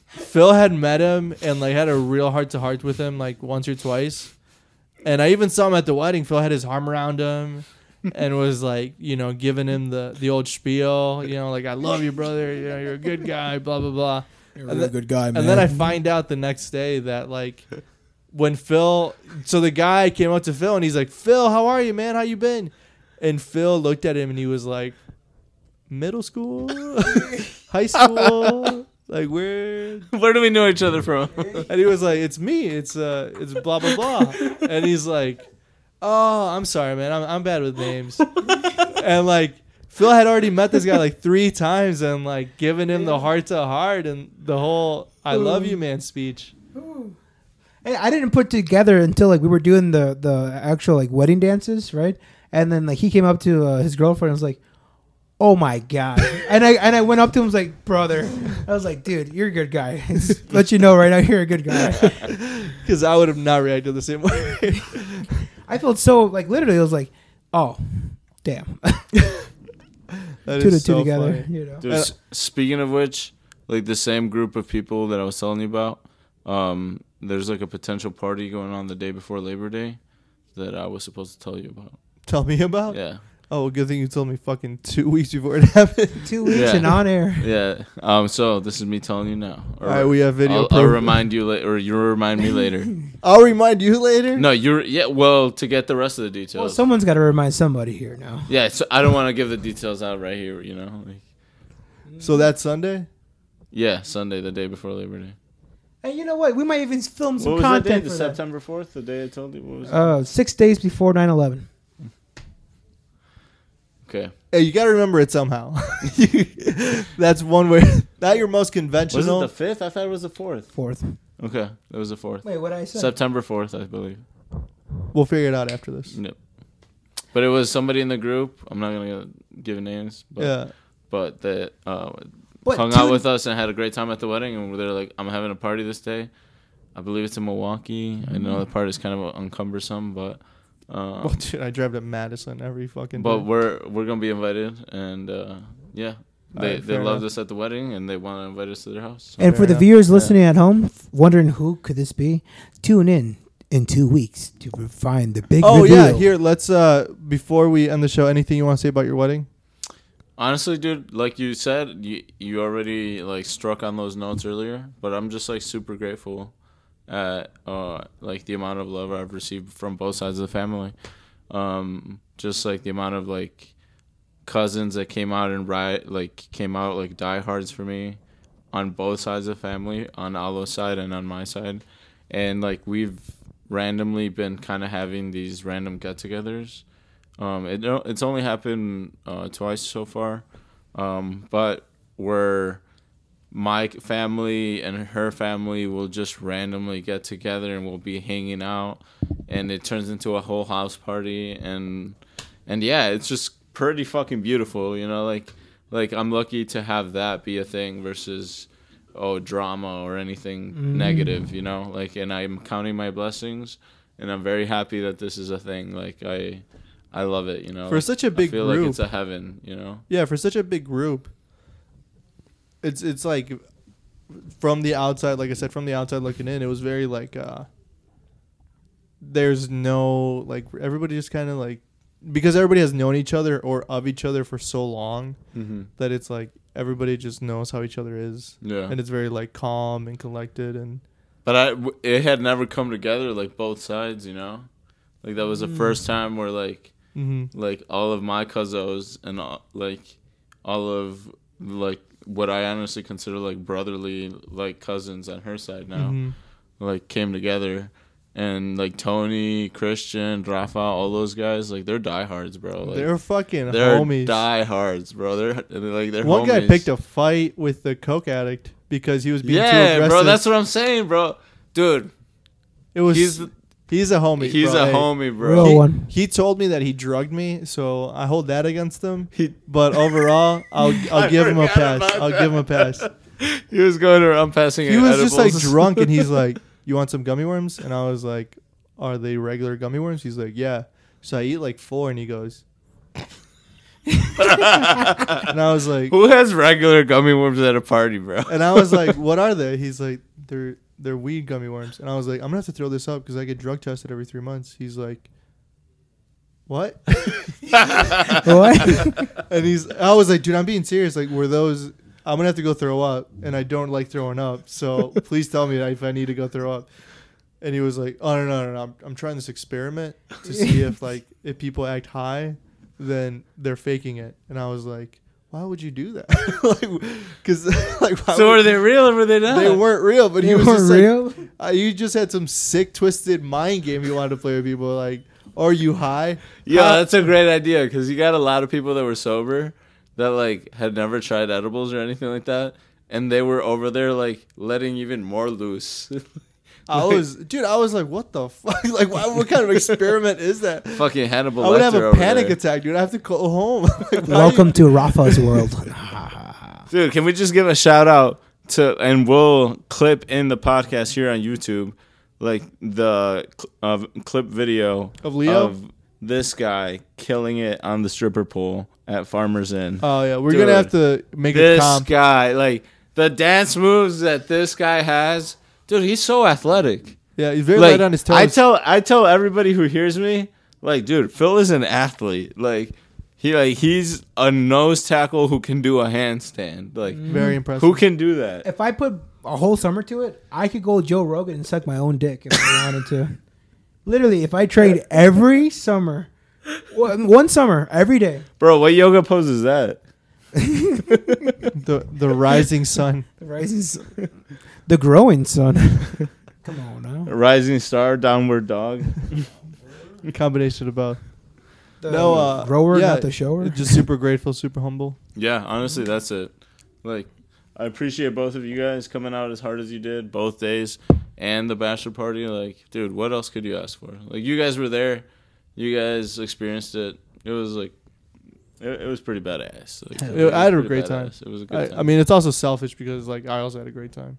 S4: Phil had met him and like had a real heart to heart with him like once or twice. And I even saw him at the wedding. Phil had his arm around him and was like, you know, giving him the the old spiel, you know, like I love you, brother. You know, you're a good guy, blah blah blah.
S2: You're
S4: a And really then-
S2: good guy,
S4: And then I find out the next day that like when Phil so the guy came up to Phil and he's like, Phil, how are you, man? How you been? And Phil looked at him and he was like, Middle school? High school? like where
S3: Where do we know each other from?
S4: and he was like, It's me, it's uh it's blah blah blah. and he's like, Oh, I'm sorry, man, I'm I'm bad with names. and like Phil had already met this guy like three times and like given him the heart to heart and the whole I love
S2: Mm.
S4: you man speech.
S2: Hey, I didn't put together until like we were doing the the actual like wedding dances, right? And then like he came up to uh, his girlfriend and was like, "Oh my god!" and I and I went up to him was like, "Brother," I was like, "Dude, you're a good guy. Let you know right now, you're a good guy."
S4: Because I would have not reacted the same way.
S2: I felt so like literally, I was like, "Oh, damn."
S4: that
S2: two
S4: is
S2: to two
S4: so
S2: together,
S4: funny.
S2: you know.
S3: Dude, s- speaking of which, like the same group of people that I was telling you about, um, there's like a potential party going on the day before Labor Day that I was supposed to tell you about.
S4: Tell me about.
S3: Yeah,
S4: Oh, well, good thing you told me fucking two weeks before it happened.
S2: Two weeks
S3: Yeah.
S2: and on air.
S3: yeah. Um, so this is me telling you now.
S4: All right, we have video.
S3: I'll,
S4: proof.
S3: I'll remind you later, or you remind me later.
S4: I'll remind you later.
S3: no, you're yeah. Well, to get the rest of the details.
S2: Well, someone's got to remind somebody here now.
S3: yeah, so I don't want to give the details out right here. You know, like,
S4: So that's Sunday.
S3: yeah, Sunday, the day before Labor Day.
S2: And you know what? We might even film some
S3: what was
S2: content
S3: the day?
S2: for
S3: The
S2: that.
S3: September fourth, the day I told you. What was it?
S2: Uh, six days before 9-11.
S3: Okay.
S4: Hey, you gotta remember it somehow. You- that's one way. Not your most
S3: Was it
S4: conventional.
S3: the fifth? I thought it was the fourth.
S2: Fourth.
S3: Okay, that was the fourth.
S2: Wait, what did I say?
S3: September fourth, I believe.
S4: we'll figure it out after this.
S3: Yep. But it was somebody in the group. I'm not gonna give names. But,
S4: yeah.
S3: But that uh,
S2: But
S3: hung
S2: two-
S3: out with us and had a great time at the wedding, and they're like, "I'm having a party this day." I believe it's in Milwaukee. I know the part is kind of uncumbersome, but. Uh,
S4: Well, dude, I drive to Madison every fucking.
S3: but
S4: day.
S3: we're we're gonna be invited, and uh, yeah, they
S4: Alright,
S3: they
S4: fair
S3: loved
S4: enough.
S3: us at the wedding, and they want to invite us to their house.
S2: And for
S4: Fair
S2: the
S4: enough.
S2: viewers listening at home, f- wondering who could this be, tune in in two weeks to re- find the big
S4: Oh yeah,
S2: reveal.
S4: here let's. uh Before we end the show, anything you want to say about your wedding?
S3: Honestly, dude, like you said, you you already like struck on those notes earlier, but I'm just like super grateful at uh like the amount of love I've received from both sides of the family. Um just like the amount of like cousins that came out and riot like came out like diehards for me on both sides of the family, on Alo's side and on my side. And like we've randomly been kind of having these random get-togethers. Um, it, o- it's only happened uh, twice so far, um, but where my family and her family will just randomly get together and we'll be hanging out, and it turns into a whole house party and and yeah, it's just pretty fucking beautiful, you know. Like like I'm lucky to have that be a thing versus oh drama or anything
S4: Mm.
S3: negative, you know. Like and I'm counting my blessings, and I'm very happy that this is a thing. Like I. I love it, you know.
S4: For
S3: Like,
S4: such a
S3: I
S4: big
S3: feel
S4: group.
S3: like it's a heaven, you know.
S4: Yeah, for such a big group, it's it's like from the outside, like I said, from the outside looking in, it was very like uh there's no like everybody just kind of like because everybody has known each other or of each other for so long
S3: Mm-hmm.
S4: that it's like everybody just knows how each other is
S3: Yeah.
S4: and it's very like calm and collected and
S3: But I, w- it had never come together like both sides, you know. Like that was the first
S4: Mm.
S3: time where like
S4: mhm.
S3: like all of my cousins and all, like all of like what I honestly consider like brotherly like cousins on her side now
S4: Mhm.
S3: like came together and like Tony, Christian, Rafa, all those guys like they're diehards, bro. Like,
S4: they're fucking
S3: they're
S4: homies
S3: diehards, bro. They're they're, like they're
S4: one guy
S3: homies.
S4: picked a fight with the coke addict because he was being too
S3: yeah,
S4: aggressive
S3: bro. That's what I'm saying, bro. Dude,
S4: it was
S3: he's
S4: he's, a homie
S3: he's
S4: bro.
S3: a
S4: Hey,
S3: homie, bro.
S2: Real
S4: he,
S2: one.
S4: he told me that he drugged me, so I hold that against him.
S3: He-
S4: but overall, I'll I'll
S3: I
S4: give him a
S3: forgot
S4: pass.
S3: about
S4: I'll
S3: that.
S4: give him a pass.
S3: he was going around passing.
S4: He was just like
S3: edibles.
S4: drunk, and he's like, "You want some gummy worms?" And I was like, "Are they regular gummy worms?" He's like, "Yeah." So I eat like four, and he goes, and I was like,
S3: Who has regular gummy worms at a party, bro?
S4: and I was like, "What are they?" He's like, "They're they're weed gummy worms." And I was like, "I'm gonna have to throw this up because I get drug tested every three months." He's like, "What?"
S2: What?
S4: And he's, I was like, dude, I'm being serious. Like, were those? I'm gonna have to go throw up, and I don't like throwing up. So please tell me if I need to go throw up. And he was like, oh no no no, no. I'm, I'm trying this experiment to see if like if people act high, then they're faking it. And I was like, why would you do that? like, because like why
S3: so
S4: would-
S3: are they real or were they not?
S4: They weren't real, but he
S2: They
S4: was
S2: weren't
S4: just
S2: real?
S4: like, uh, you just had some sick, twisted mind game you wanted to play with people. Like, are you high?
S3: Yeah,
S4: How-
S3: that's a great idea because you got a lot of people that were sober that like had never tried edibles or anything like that, and they were over there like letting even more loose.
S4: I was, dude. I was like, "What the fuck? Like, why, what kind of experiment is that?"
S3: Fucking Hannibal.
S4: I would have
S3: Lecter
S4: a
S3: over
S4: panic
S3: there.
S4: attack, dude. I have to go home. Like, why
S2: Welcome to Rafa's world.
S3: Dude, can we just give a shout out to, and we'll clip in the podcast here on YouTube, like the cl- of clip video
S4: Of Leo?
S3: this guy killing it on the stripper pole at Farmers Inn.
S4: Oh yeah, we're
S3: Dude,
S4: gonna have to make a
S3: this
S4: comp.
S3: guy, like the dance moves that this guy has, dude, he's so athletic.
S4: Yeah, he's very
S3: Like
S4: light on his toes.
S3: I tell, I tell everybody who hears me, like, dude, Phil is an athlete. Like, he like he's a nose tackle who can do a handstand. Like,
S4: very impressive.
S3: who can do that?
S2: if I put a whole summer to it, I could go Joe Rogan and suck my own dick if I wanted to. Literally, if I trained every summer, one, one summer, every day,
S3: Bro, what yoga pose is that?
S4: the the rising sun?
S2: the rising, sun- the growing sun. Come on now.
S3: Rising star, downward dog.
S4: Combination of both.
S2: The
S4: No, uh,
S2: grower,
S4: yeah,
S2: not the shower.
S4: Just super grateful, super humble.
S3: yeah, honestly, that's it. Like, I appreciate both of you guys coming out as hard as you did both days and the bachelor party. Like, dude, what else could you ask for? Like, you guys were there, you guys experienced it. It was like, it, it was pretty badass. Like,
S2: Hell
S3: was
S4: yeah. I had a
S3: pretty
S4: great time.
S3: badass. It was a good
S4: I,
S3: time.
S4: I mean, it's also selfish because like I also had a great time.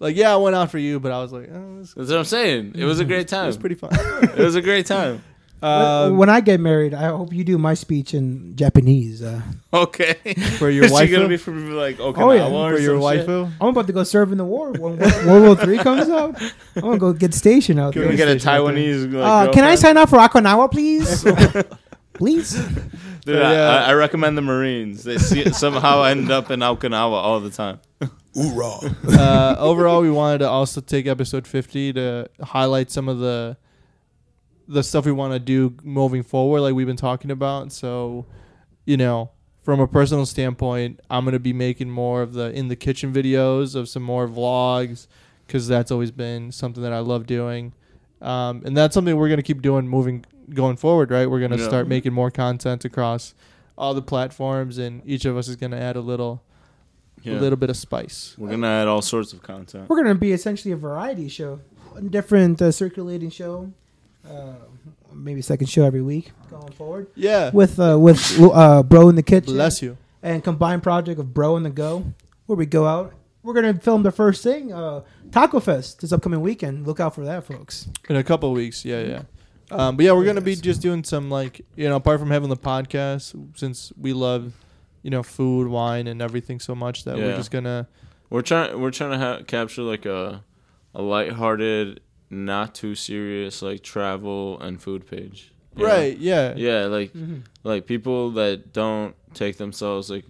S4: Like, yeah, I went out for you, but I was like, oh, this,
S3: that's what I'm saying. It was a great
S4: it
S3: time.
S4: was pretty fun.
S3: it was a great time.
S2: when,
S4: um,
S2: when I get married, I hope you do my speech in Japanese. Uh,
S3: Okay.
S4: For your
S3: Is she
S4: waifu?
S3: gonna be from like Okinawa
S2: Oh, yeah,
S3: or
S4: for your
S3: some shit?
S4: waifu.
S2: I'm about to go serve in the war when World World War III comes out. I'm gonna go get stationed out
S4: Can
S3: Can
S2: there.
S3: we get a
S4: Station right there.
S3: Taiwanese? Like,
S2: Uh, can I
S3: girlfriend?
S2: sign up for Okinawa, please? please.
S3: Dude,
S4: But, yeah.
S3: I, I recommend the Marines. They see, somehow end up in Okinawa all the time.
S4: uh, overall, we wanted to also take episode 50 to highlight some of the the stuff we want to do moving forward, like we've been talking about. So, you know, from a personal standpoint, I'm gonna be making more of the in the kitchen videos of some more vlogs because that's always been something that I love doing, um, and that's something we're gonna keep doing moving going forward. Right, we're gonna
S3: Yeah.
S4: start making more content across all the platforms, and each of us is gonna add a little.
S3: Yeah.
S4: A little bit of spice.
S3: We're gonna add all sorts of content.
S2: We're gonna be essentially a variety show, a different uh, circulating show, uh, maybe second show every week going forward
S4: Yeah.
S2: with uh, with uh, Bro in the Kitchen
S4: Bless you.
S2: and combined project of Bro and the Go, where we go out. We're gonna film the first thing, uh, Taco Fest this upcoming weekend. Look out for that, folks.
S4: In a couple of weeks, yeah, yeah. Um, but yeah, we're gonna be just doing some like you know, apart from having the podcast, since we love, you know, food, wine, and everything so much that
S3: Yeah.
S4: we're just gonna
S3: We're trying. We're trying to ha- capture like a a lighthearted not too serious like travel and food page. you know?
S4: Right. Mm-hmm. Yeah.
S3: Yeah, like like people that don't take themselves like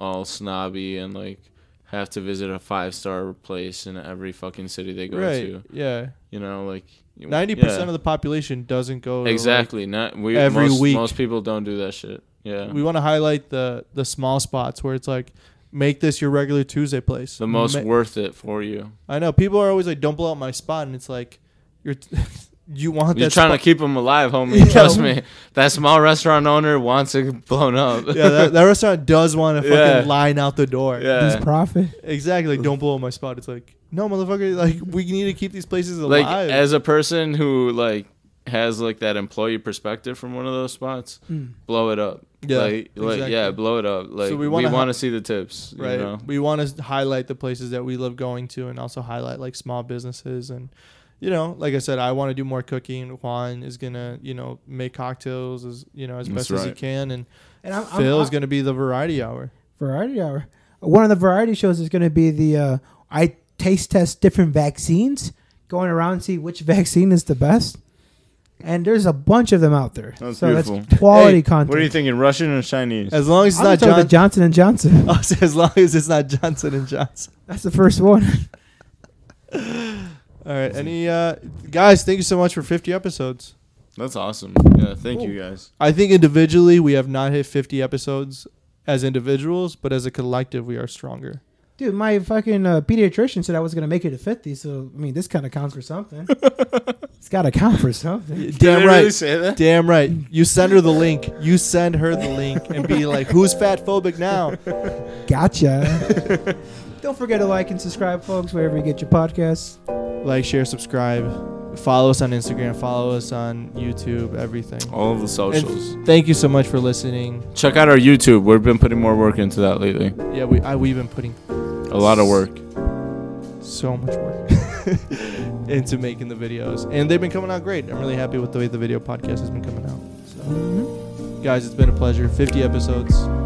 S3: all snobby and like have to visit a five star place in every fucking city they go
S4: Right.
S3: to.
S4: Yeah.
S3: You know, like
S4: Ninety percent of the population doesn't go to, like-
S3: exactly not we
S4: every
S3: most,
S4: week.
S3: most people don't do that shit. Yeah,
S4: we want to highlight the the small spots where it's like, make this your regular Tuesday place.
S3: the most
S4: Ma-
S3: worth it for you.
S4: I know people are always like, don't blow up my spot, and it's like, you're you want
S3: You're
S4: that
S3: trying
S4: spot-
S3: to keep them alive, homie.
S4: Yeah.
S3: Trust me, that small restaurant owner wants it blown up.
S4: yeah, that, that restaurant does want to fucking
S3: Yeah.
S4: line out the door.
S3: yeah.
S2: He's profit.
S4: Exactly. Like, don't blow up my spot. It's like, no, motherfucker. Like, we need to keep these places alive.
S3: like as a person who like has like that employee perspective from one of those spots, blow it up.
S4: Hmm. Yeah,
S3: like, like yeah,
S4: exactly.
S3: blow it up. Like
S4: we
S3: we want
S4: wanna
S3: to
S4: ha-
S3: see the tips,
S4: right.
S3: You know?
S4: We want to highlight the places that we love going to, and also highlight like small businesses and. You know, like I said, I want to do more cooking. Juan is gonna, you know, make cocktails as you know as
S3: That's
S4: best as he
S3: right.
S4: can, and,
S2: And I'm,
S4: Phil
S2: I'm,
S4: is gonna be the variety hour.
S2: variety hour. One of the variety shows is going to be the uh, I taste test different vaccines, going around and see which vaccine is the best. And there's a bunch of them out there.
S3: That's
S2: so
S3: beautiful.
S2: that's quality
S4: Hey,
S2: content.
S3: What are you thinking, Russian or Chinese?
S4: As long as it's
S2: I'm
S4: not
S2: talking
S4: John-
S2: about Johnson and Johnson.
S4: as long as it's not Johnson and Johnson.
S2: That's the first one.
S4: All right. Any uh, guys? Thank you so much for 50 episodes.
S3: That's awesome. Yeah, thank you guys.
S4: I think individually we have not hit 50 episodes as individuals, but as a collective we are stronger.
S2: Dude, my fucking uh, pediatrician said I was going to make it to 50, so I mean, this kind of counts for something. it's got to count for something.
S4: Damn
S3: Did I
S4: right.
S3: really say that?
S4: Damn right. You send her the link. You send her the link and be like, "Who's fat phobic now?"
S2: Gotcha. Don't forget to like and subscribe, folks, wherever you get your podcasts.
S4: Like, share, subscribe, follow us on Instagram, follow us on YouTube, everything.
S3: All of the socials.
S4: And thank you so much for listening.
S3: Check out our YouTube. We've been putting more work into that lately.
S4: Yeah, we I, we've been putting
S3: A lot of work.
S4: so much work into making the videos, and they've been coming out great. I'm really happy with the way the video podcast has been coming out. So, guys, it's been a pleasure. 50 episodes.